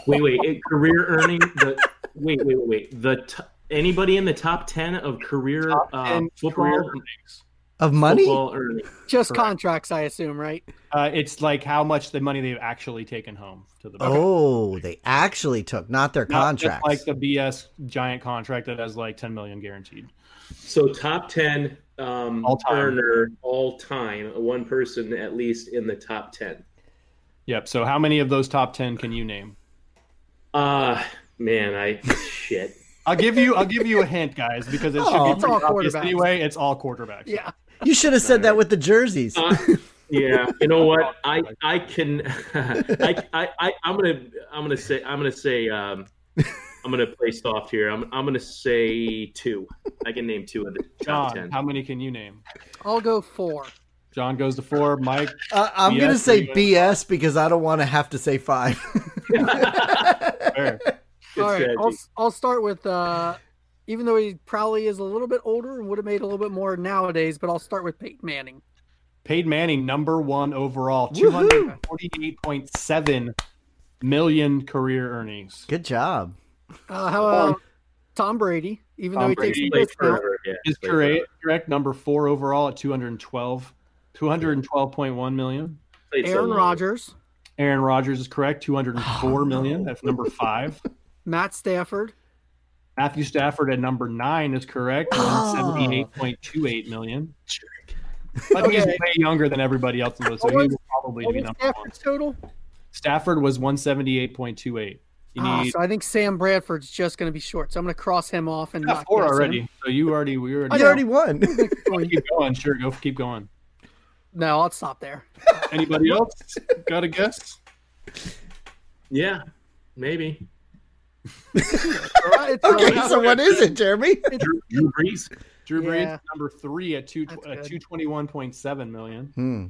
Wait, wait. it- career earning the. Wait, wait, wait, wait. The t- anybody in the top ten of career Top uh, 10 career football earnings. Of money? Football earnings. Just Correct. contracts, I assume, right? Uh, it's like how much the money they've actually taken home to the. Oh, they actually took, not their Not just contracts. like the BS giant contract that has like 10 million guaranteed. So top ten um, All time. earner all time, one person at least in the top ten. Yep. So how many of those top 10 can you name? Uh man, I shit. I'll give you I'll give you a hint, guys, because it should Oh, be it's pretty all obvious quarterbacks. anyway. It's all quarterbacks. Yeah. you should have said that with the jerseys. Uh, yeah, you know what? I I can I, I I I'm gonna I'm gonna say I'm gonna say um I'm gonna play soft here. I'm I'm gonna say two. I can name two of the top John, ten. how many can you name? I'll go four. John goes to four. Mike, Uh, I'm BS going to say anyway. BS because I don't want to have to say five. fair. Good All right, I'll, strategy. I'll start with uh, even though he probably is a little bit older and would have made a little bit more nowadays, but I'll start with Peyton Manning. Peyton Manning, number one overall, Woohoo! 248.7 million career earnings. Good job. Uh, how about Tom Brady? Even Tom though he Brady He takes the played discount, forever, yeah, Is played forever. correct, correct number four overall at 212, 212.1 million. Played so Aaron long. Rodgers, Aaron Rodgers is Oh, correct, 204 million. That's number five. Matt Stafford, Matthew Stafford at number nine is correct, Oh. seventy-eight point two eight million. I think he's Okay. way younger than everybody else in the list, so What he was- will probably what be was number one. Stafford's total? Stafford was one seventy-eight point two eight. You Ah, need so I think Sam Bradford's just going to be short. So I'm going to cross him off and you got not four guess him. already, so you already we already. You already won. keep going. Sure, go keep going. No, I'll stop there. Anybody else got a guess? Yeah, maybe. All right, it's okay, all right. so what is it, Jeremy? Drew, Drew Brees. Drew Brees Yeah. number three at two That's uh, good. two twenty-one point seven million. Hmm.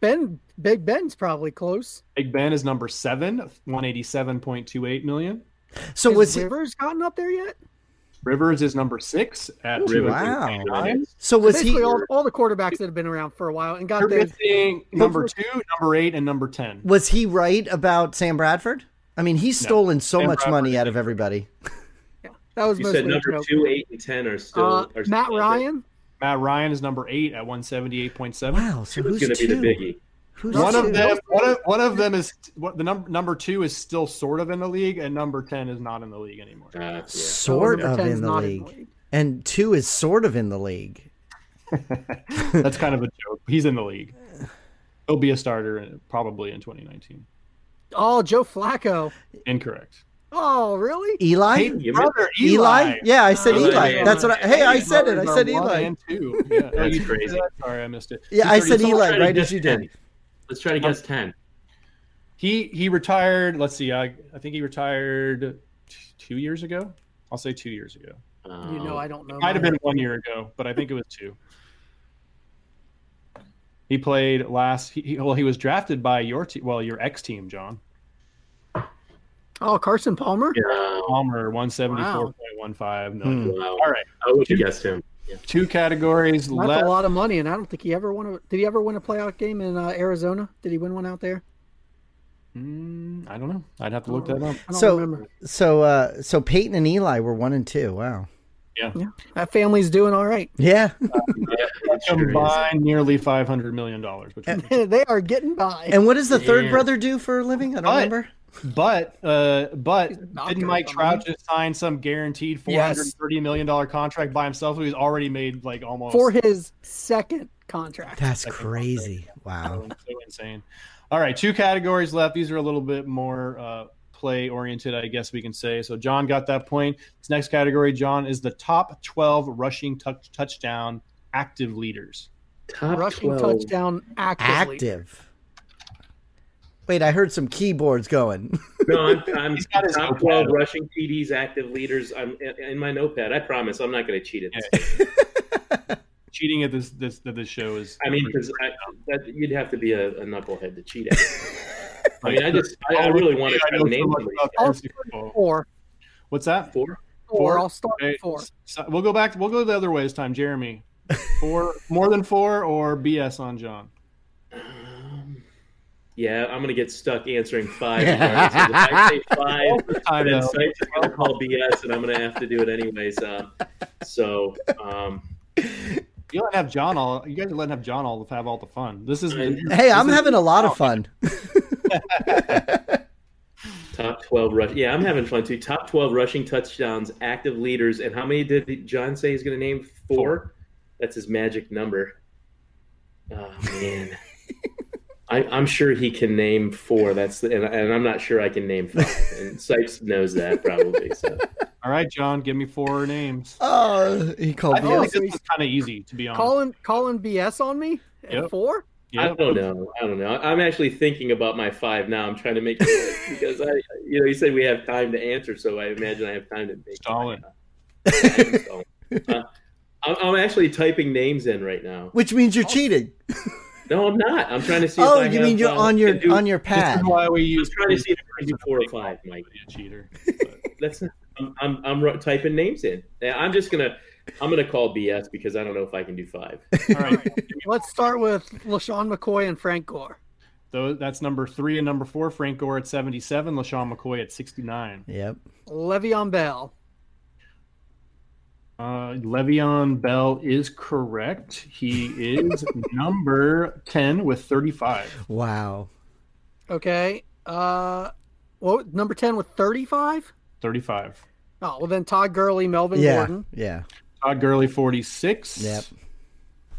Ben, Big Ben's probably close. Big Ben is number seven, one eighty-seven point two eight million. So Has was he, Rivers gotten up there yet? Rivers is number six at Drew two. Brees. Wow. Nine. so was Basically, he all, all the quarterbacks that have been around for a while and got You're there. missing number two, number eight, and number ten. was he right about Sam Bradford? I mean, he's stolen so Sam much Bradford money out of everybody. That was You mostly said a number joke. two, eight, and ten are still. Uh, are still Matt out there. Ryan, Matt Ryan is number eight at 178.7. Wow. So who's Who's going to be the two? biggie? Who's One two? of them, one of, one of them is what the number number two is still sort of in the league, and number ten is not in the league anymore. Uh, yeah. Sort number of 10's in the not league. And two is sort of in the league. That's kind of a joke. He's in the league. He'll be a starter in- probably in 2019. Oh, Joe Flacco. Incorrect. Oh, really? Eli? Hey, You brother, Eli? Yeah, I said Eli Eli. Manning. That's what I, hey, I His said it. I numbers said are one Eli. and two. Yeah. Oh, That's you did crazy. say that? Sorry, I missed it. Yeah, He's I already- said someone Eli tried to right guess as you 10. did. Um, Let's try to guess ten. He he retired. Let's see. I I think he retired t- two years ago. I'll say two years ago. Um, you know, I don't know. Might have mine. been one year ago, but I think it was two. He played last. He, he- well, he was drafted by your team. Well, your ex team, John Oh, Carson Palmer. Yeah, Palmer, one seventy four point one five. No, idea. wow. all right. I would have guessed him. Two categories That's a left. lot of money, and I don't think he ever won. A, did he ever win a playoff game in uh, Arizona? Did he win one out there? Mm, I don't know. I'd have to look that up. I don't So- remember. So uh so Peyton and Eli were one and two. Wow. That family's doing all right. Yeah. Combined nearly five hundred million dollars Eh. between the two. they are getting by. And what does the third Yeah. brother do for a living? I don't But- remember. But uh, but not didn't gonna Mike come Trout in. just sign some guaranteed four hundred Yes. thirty million dollar contract by himself? He's already made like almost for his second contract. That's Second crazy. Wow. so insane. All right, two categories left. These are a little bit more uh, play oriented, I guess we can say. So John got that point. This next category, John, is the top twelve rushing touch touchdown active leaders. Top Rushing 12. touchdown actively. Active. Wait, I heard some keyboards going. No, I'm, I'm He's got his top notepad. 12 rushing TDs, active leaders. I'm in, in my notepad. I promise I'm not going to cheat at this. Cheating at this this that this show is. I mean, because you'd have to be a, a knucklehead to cheat at. it. I mean, I just, I, I really want to I try know to so name much somebody. about fantasy football. Four. What's that? Four? Four. Four? I'll start Okay, with four. so we'll go back. We'll go the other way this time, Jeremy. Four more than four or BS on John. Um, yeah, I'm going to get stuck answering five. regardless. if I say five, Time then though. Sites is going to call BS, and I'm going to have to do it anyways. Um, so, um, You let have John all. You guys are letting have John all have all the fun. This is I'm- Hey, I'm having a lot of fun. Top 12 rush. Yeah, I'm having fun too. Top 12 rushing touchdowns, active leaders. And how many did John say he's going to name? Four? That's his magic number. Oh, man. I, I'm sure he can name four. That's the, and, and I'm not sure I can name five. And Sipes knows that probably. So. all right, John. Give me four names. Oh, he called I me. feel up. like this is kind of easy to be honest. Calling calling BS on me at Yep. four. Yeah. I don't know. I don't know. I'm actually thinking about my five now. I'm trying to make it because I, you know, you said we have time to answer, so I imagine I have time to make. Stalin. my, uh, I am Stalin. Uh, I'm, I'm actually typing names in right now. Which means you're cheating. No, I'm not. I'm trying to see. Oh, if I you have, mean you're uh, on your can do- on your This pad? is why we I was use trying to see if I can do four or five, Mike. a cheater. That's not. I'm I'm, I'm ru- typing names in. Yeah, I'm just gonna I'm gonna call BS because I don't know if I can do five. All right, Let's start with LaShawn McCoy and Frank Gore. so that's number three and number four. Frank Gore at seventy-seven. LaShawn McCoy at sixty-nine. Yep. Le'Veon Bell. Uh, Le'Veon Bell is correct. He is number ten with thirty-five. Wow. Okay. Uh, well, number ten with thirty-five. 35. Oh well, then Todd Gurley, Melvin Yeah. Gordon. Yeah. Todd Gurley, 46. Yep.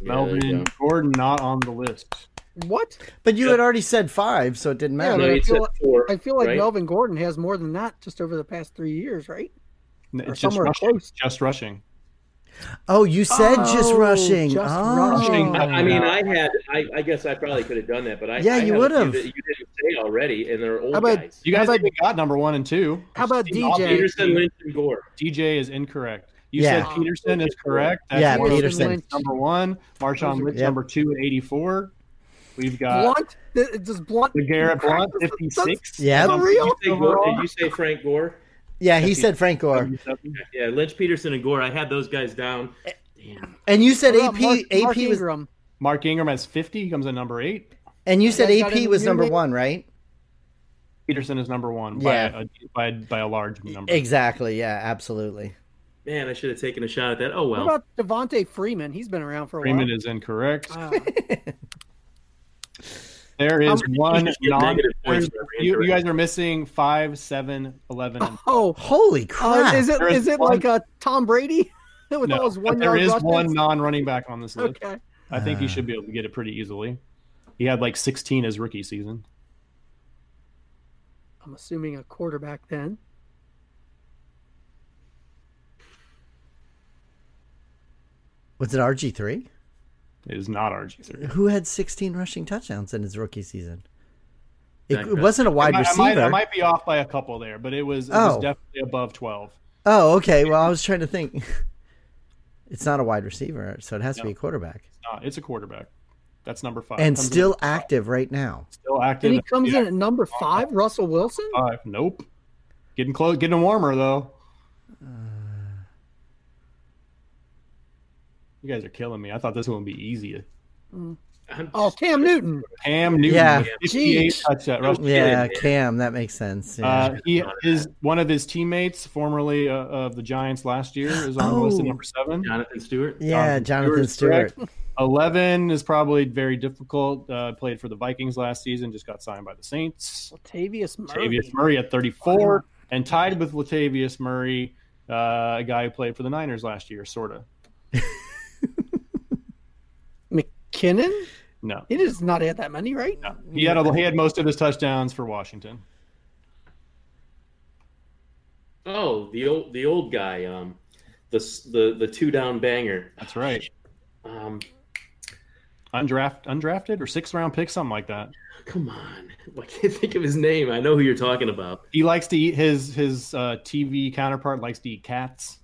Melvin Yeah, Gordon, not on the list. What? But you had already said five, so it didn't Yeah, yeah. matter. No, I you feel said like- four. I feel like right? Melvin Gordon has more than that just over the past three years, right? N- Or It's just somewhere rushing. close. Just rushing. Oh, you said just Oh, rushing. just oh. rushing. I, I mean, I had. I, I guess I probably could have done that, but I Yeah, I you had a few would've. that You didn't say already, and they're old How about- guys. You guys How about- even got number one and two. How about Steve Austin. DJ? Peterson, Lynch, and Gore. DJ is incorrect. You Yeah. said Peterson is correct. Yeah, one of Peterson. them. Number one. Marshawn Lynch, Yep. number two at 84. We've got Blunt? Th- Does Blunt? LeGarrette Blunt, 56. Yeah. For real? Did you, say Gore? Did you say Frank Gore? Yeah, he said Frank Gore. 77. Yeah, Lynch, Peterson, and Gore. I had those guys down. Damn. And you said What about AP Mark- AP Mark was Ingram. Mark Ingram has 50. He comes in number eight. and you said That got AP in was the number unit? 1, right? Peterson is number one Yeah. E- by, a, by, by a large number. Exactly. Yeah, absolutely. Man, I should have taken a shot at that. Oh What well. about Devonte Freeman? He's been around for a Freeman while. is incorrect. Wow. There is I'm- one you should get non. negative points for You, you incorrect. guys are missing five, seven, eleven. and- Oh, Holy uh, crap! is it There is is it one- like a Tom Brady with no, all his but one there yard is rushes? one non-running back on this list. okay. I think Ah. he should be able to get it pretty easily. He had like 16 his rookie season. I'm assuming a quarterback then. Was it RG three? It is not RG3. Who had 16 rushing touchdowns in his rookie season? It, Zach it Pascal. wasn't a wide I, I receiver. might, I might be off by a couple there, but it was, it was Oh. definitely above 12. Oh, okay. Well, I was trying to think. It's not a wide receiver, so it has to be a quarterback. It's not. It's a quarterback. That's number five. And Comes in- still active right now. still active. And he comes Yeah, Uh, in at number five, Russell Wilson. five. Nope. Getting close. Getting warmer though. You guys are killing me. I thought this one would be easier. I'm- Oh, Cam Newton. Cam Newton, Yeah. 58 Jeez. touchdown. rush. Yeah, Good. Cam. That makes sense. Yeah. Uh, he is one of his teammates, formerly uh, of the Giants last year, is on the list Oh. at number seven. Jonathan Stewart. yeah, Jonathan Jonathan Stewart Stewart. is 11 is probably very difficult. Uh, played for the Vikings last season, just got signed by the Saints. Latavius Murray. Latavius Murray at 34, and tied with Latavius Murray, uh, a guy who played for the Niners last year, sort of. McKinnon. No, He does not have that many, right? he had a, he had most of his touchdowns for Washington. Oh, the old the old guy. Um, the s- the the two down banger. That's right, Um, undraft undrafted or sixth round pick, something like that. come on, I can't think of his name. I know who you're talking about. He likes to eat his his uh, TV counterpart likes to eat cats.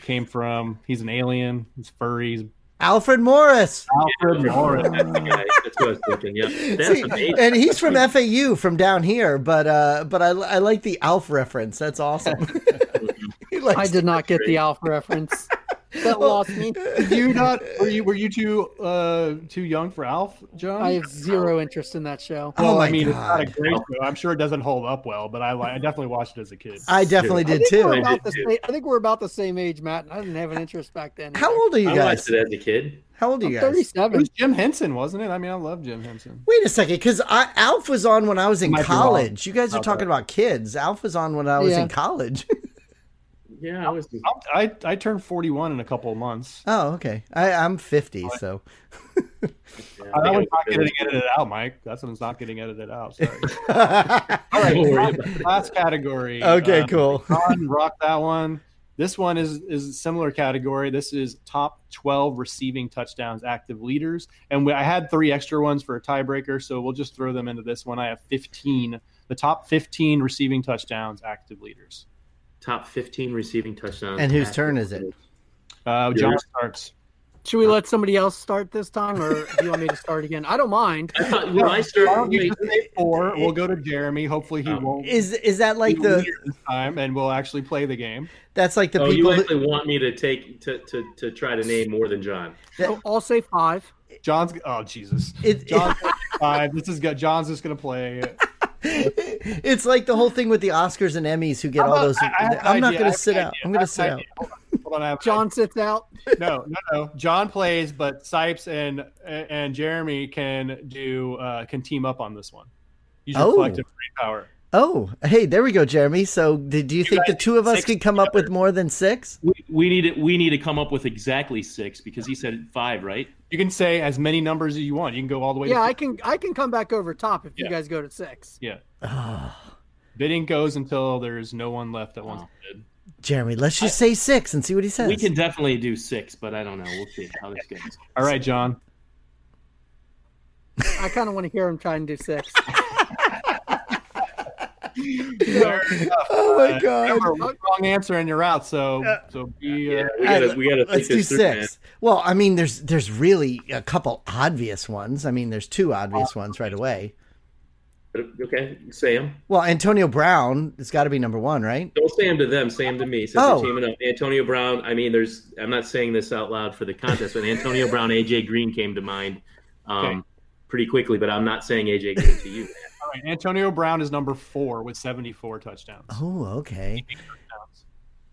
Came from he's an alien. He's furry. He's Alfred Morris. Alfred Morris. That's the guy. That's what I was thinking. Yeah, that's See, amazing. and he's from FAU from down here, but uh, but I, I like the Alf reference. That's awesome. He likes- I did not get the Alf reference. That lost me. Did you not? Were you were you too uh, too young for Alf, John? I have zero interest in that show. Oh Well, my I mean, god! it's not a great show. I'm sure it doesn't hold up well, but I, li- I definitely watched it as a kid. I definitely I did think we're too. about the I did same- I think we're about the same age, Matt. And I didn't have an interest back then. How either. old are you I guys? watched it as a kid. How old are I'm you guys? It 37. was Jim Henson, wasn't it? I mean, I love Jim Henson. Wait a second, because Alf was on when I was in Might be wrong. college. You guys are talking about kids. Alf was on when I was Yeah. in college. Yeah, I was. I'm- I I turned 41 in a couple of months. oh, okay. I, I'm 50, so Yeah, Uh, that I one's was not getting edited out, Mike. That's one's not getting edited out. Sorry. All Don't worry right, about it. last category. okay, Um, cool. Ron, rock that one. This one is is a similar category. This is top twelve receiving touchdowns active leaders, and we, I had three extra ones for a tiebreaker, so we'll just throw them into this one. I have fifteen, the top fifteen receiving touchdowns active leaders. top 15 receiving touchdowns. And whose turn is it? Uh, John starts. Should we let somebody else start this time, or do you want me to start again? I don't mind. I thought when I Why started, don't you wait, just say four? We'll go to Jeremy. Hopefully, he Um, won't Is is that like be the leader this time, and we'll actually play the game. that's like the oh, you people who, actually want me to take to, to to try to name more than John? So I'll say five. John's. Oh Jesus. it, John's five. This is good. John's just gonna play. it- it's like the whole thing with the Oscars and Emmys who get How all about- those. I- I have an I'm idea. not I going have to an sit out. idea. I'm I going to have an sit out. idea. Hold on. Hold on, I have- John sits out. no, no, no. John plays, but Sipes and and Jeremy can do uh, can team up on this one. Use your Oh. collective brain power. Oh, hey, there we go, Jeremy. So, did you think the two of us six could come up with more than six? We, we need to, we need to come up with exactly six because he said five, right? You can say as many numbers as you want. You can go all the way. Yeah, to I can. I can come back over top if you Yeah. guys go to six. yeah. Oh, Bidding goes until there's no one left that Oh. wants to bid. Jeremy, let's just say six and see what he says. We can definitely do six, but I don't know. We'll see how this goes. All right, John. I kind of want to hear him try and do six. Oh. Fair enough. oh my Uh, god. remember, one wrong answer and you're out. So so be. Uh, We All gotta right, we gotta let's think do this through, man. six. Well, I mean, there's there's really a couple obvious ones. I mean, there's two obvious ones right away. But, Okay, say 'em. Well, Antonio Brown, it's got to be number one, right? Don't say 'em to them. Say 'em to me. Since Oh. we're teaming up, Antonio Brown. I mean, there's. I'm not saying this out loud for the contest, but Antonio Brown, AJ Green came to mind um, Okay. pretty quickly. But I'm not saying AJ Green to you. all right, Antonio Brown is number four with 74 touchdowns. Oh, okay. Touchdowns.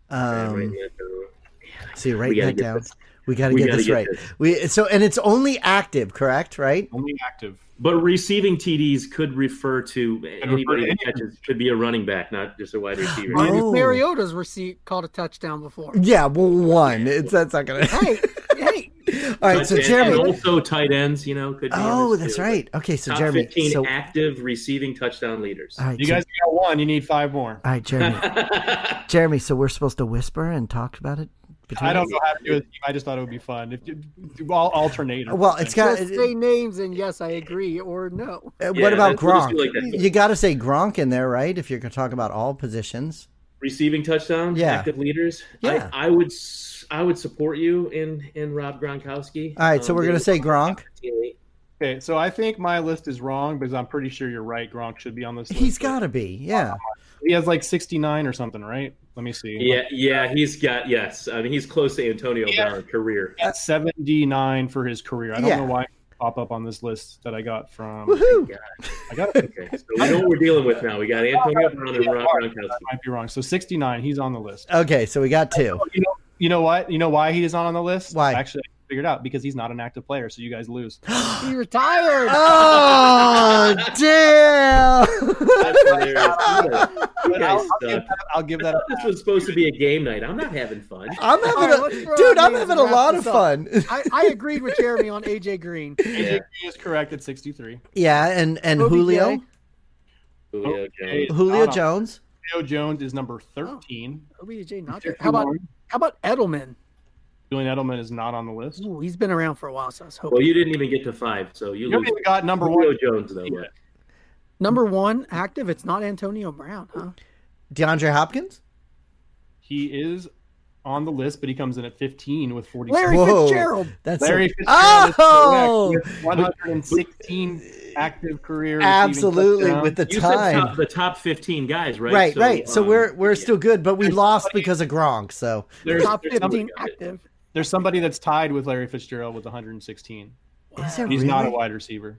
Man. Um, Right now. so you're We writing gotta that get down. this. We got to We get gotta this get right. this. We so and it's only active, correct? Right? Only active. But receiving TDs could refer to anybody to that any- catches could be a running back, not just a wide receiver. Marcus Oh. Mariota's receipt called a touchdown before. Yeah. Well, one. It's that's not gonna. hey, hey, All right. But- So and- and Jeremy. also tight ends, you know, could. Be in Oh, this that's too. right. Okay. So Top Jeremy. fifteen So active receiving touchdown leaders. all right. You so- guys got one. You need five more. All right, Jeremy. Jeremy. So we're supposed to whisper and talk about it. Between I don't know how to do it. I just thought it would be fun. If you, I'll alternate. Well, it's got. just say names and yes, I agree or no. uh, Yeah, what about let's- we'll just Gronk? do like that. you got to say Gronk in there, right? If you're going to talk about all positions. receiving touchdown, Yeah. active leaders. Yeah. I, I would s- I would support you in in Rob Gronkowski. All right, so Um, we're going to say Gronk. Okay, so I think my list is wrong because I'm pretty sure you're right. Gronk should be on this list. He's got to be. Yeah. He has like 69 or something, right? Let me see. Yeah, yeah, he's got yes. I mean, he's close to Antonio Yeah. Brown career. He had 79 for his career. I don't Uh, Yeah. know why he pop up on this list that I got from. Oh, Woohoo! I got it. Okay, so we know what we're dealing with now. We got Antonio Brown and Rob I Gronkowski. might be wrong. So 69, he's on the list. Okay, so we got two. You know, you know what? You know why he is not on the list? Why? Actually, I figured out because he's not an active player. So you guys lose. He retired. Oh, damn! That's hilarious. You guys- you But I'll, guys I'll give suck. that, I'll give that I up. thought this was supposed to be a game night. I'm not having fun. I'm All having Oh, right, a let's throw out dude. I'm names and having a wrap lot of this up. fun. I, I agreed with Jeremy on AJ Green. Yeah. He is correct at 63. Yeah, and and OBJ. Julio, Okay. Julio Not on- Jones. Julio Jones is number 13. OBJ not there. How about how about Edelman? Julian Edelman is not on the list. Ooh, he's been around for a while, so I was hoping. Well, you didn't even get to five, so you You lose. haven't even got number Julio one. Jones though. but- Number one active, it's not Antonio Brown, huh? DeAndre Hopkins. He is on the list, but he comes in at 15 with 40. Larry Whoa. Fitzgerald. That's Larry a- Fitzgerald Oh! is correct with 116 active career. receiving absolutely touchdowns. with the You time. said top, the top 15 guys, right? right, right. So um, we're we're still good, but we There's lost somebody- because of Gronk. So there's, Top there's somebody- 15 active. there's somebody that's tied with Larry Fitzgerald with 116. is it He's really? not a wide receiver.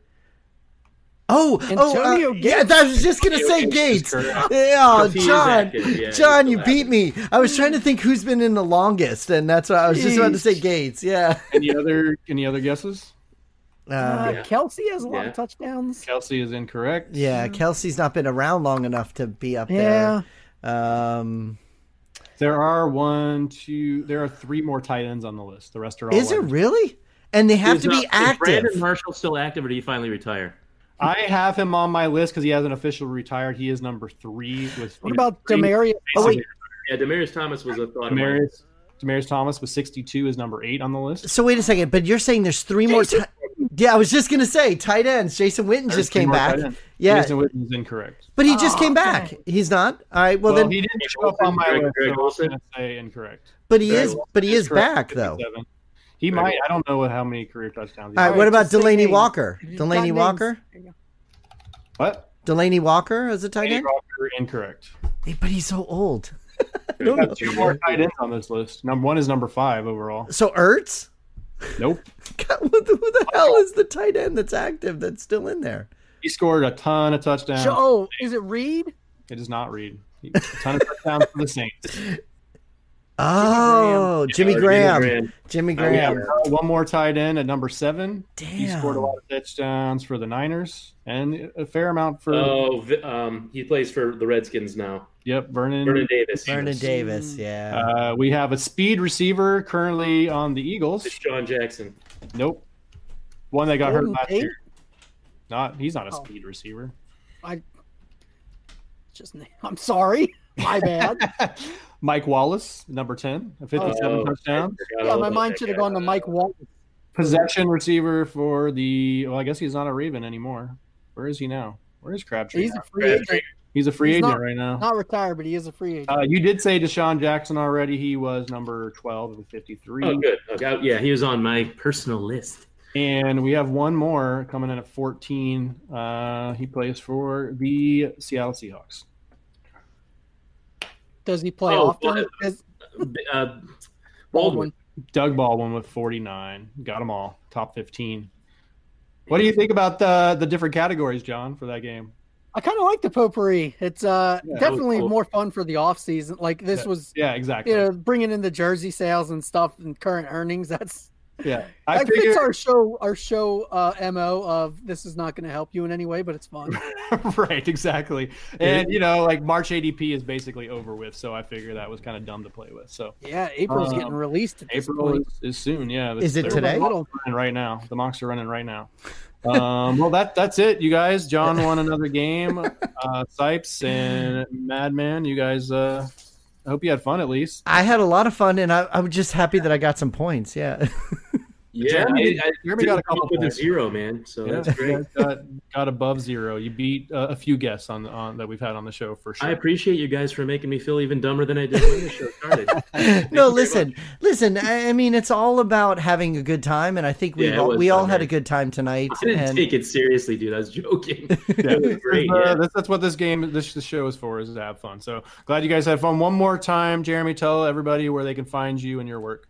Oh, Antonio oh, uh, yeah. I was just gonna say Gates. Oh, He is John, active, yeah, John, he's you still beat me. I was trying to think who's been in the longest, and that's what I was just about to say. Gates, yeah. Any other any other guesses? Uh, Uh, Kelsey has a lot Yeah. of touchdowns. Kelsey is Oh, incorrect. yeah, Kelsey's not been around long enough to be up Yeah. there. Um, There are one, two, there are three more tight ends on the list. The rest are all. is it wide- really? And they have Is, to uh, be is Brandon active. Marshall still active, or do you finally retire? I have him on my list because he hasn't officially retired. He is number three with. What about Demarius? Oh, wait. Yeah, Demarius Thomas was a thought. of mine. Demarius, Demarius Thomas with 62 is number eight on the list. So wait a second, but you're saying there's three more. Ti- yeah, I was just gonna say tight ends. Jason Witten There's just three came more back. tight ends. Yeah, Jason Witten is incorrect. but he just Oh, came back. dang. He's not. All right. Well, Well, then, he didn't show up on my Greg- list, Greg so I'm Olson? gonna say incorrect. but he Greg is. But he is correct, back though. 57. He might. I don't know how many career touchdowns. He All right, has. what Alright, about just say Delaney names. Walker? You've got Delaney names. Walker? There you go. What? Delaney Walker as a tight Kenny end? Rocker, incorrect. Hey, but he's so old. We have two more tight ends on this list. Number one is number five overall. So Ertz? Nope. God, who the who the hell is the tight end that's active that's still in there? He scored a ton of touchdowns. Jo- Oh, is it Reed? It is not Reed. He- A ton of touchdowns for the Saints. Oh, Jimmy Or Graham. Jimmy Oh, Yeah, yeah. uh, Graham. one more tight end at number seven. He scored a Damn. lot of touchdowns for the Niners and a fair amount for Oh, Vi- um, he plays for the Redskins now. yep Vernon. Vernon Davis. Vernon Davis, yeah. Uh, we have a speed receiver currently on the Eagles. It's John Jackson. Nope. One that got hurt Golden last Tate? year. Not he's not a Oh. speed receiver. Just name. I'm sorry. My bad. Mike Wallace, number ten, a fifty-seven Oh, touchdown I forgot yeah, all my about mind that should have guy. gone to Mike Wallace. possession receiver for the. Well, I guess he's not a Raven anymore. Where is he now? Where is Crabtree? He's now? a free agent. He's a free he's agent not- right now. Not retired, but he is a free agent. uh, you did say Deshaun Jackson already. He was number twelve of the fifty-three, Oh, good. Okay. Yeah, he was on my personal list. and we have one more coming in at fourteen. Uh, he plays for the Seattle Seahawks. Does he play Oh, often? Baldwin. Does- Uh, Baldwin. Baldwin. Doug Baldwin with 49. Got them all. Top 15. What do you think about the the different categories, John, for that game? I kind of like the potpourri. It's uh Yeah, that was definitely cool. more fun for the off season. Like this was, Yeah, exactly. you know, bringing in the jersey sales and stuff and current earnings. That's yeah. I I that fits figure our show. Our show uh, mo of this is not going to help you in any way, but it's fun. right, exactly. And you know, like March ADP is basically over with, so I figure that was kind of dumb to play with. So Yeah, April's Um, getting released. At this April point. is, is soon. Yeah. Is it They're today? running Right now, the mocks are running right now. Um, well, that that's it, you guys. John won another game. Uh, Sipes and Madman, you guys. Uh, I hope you had fun at least. I had a lot of fun, and I, I'm just happy that I got some points. Yeah, Yeah, Jeremy- I, I Jeremy got a didn't come couple up with a points. zero, man. So Yeah, that's great. you guys got, got above zero. You beat uh, a few guests on, on that we've had on the show for sure. I appreciate you guys for making me feel even dumber than I did when the show started. no, listen, listen. I, I mean, it's all about having a good time, and I think we Yeah, it all, was we all fun, had man. a good time tonight. I didn't and take it seriously, dude. I was joking. It was This is, great. uh, yeah. that's, that's what this game, this, this show is for, is to have fun. So glad you guys had fun. One more time, Jeremy, tell everybody where they can find you and your work.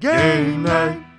Game, night.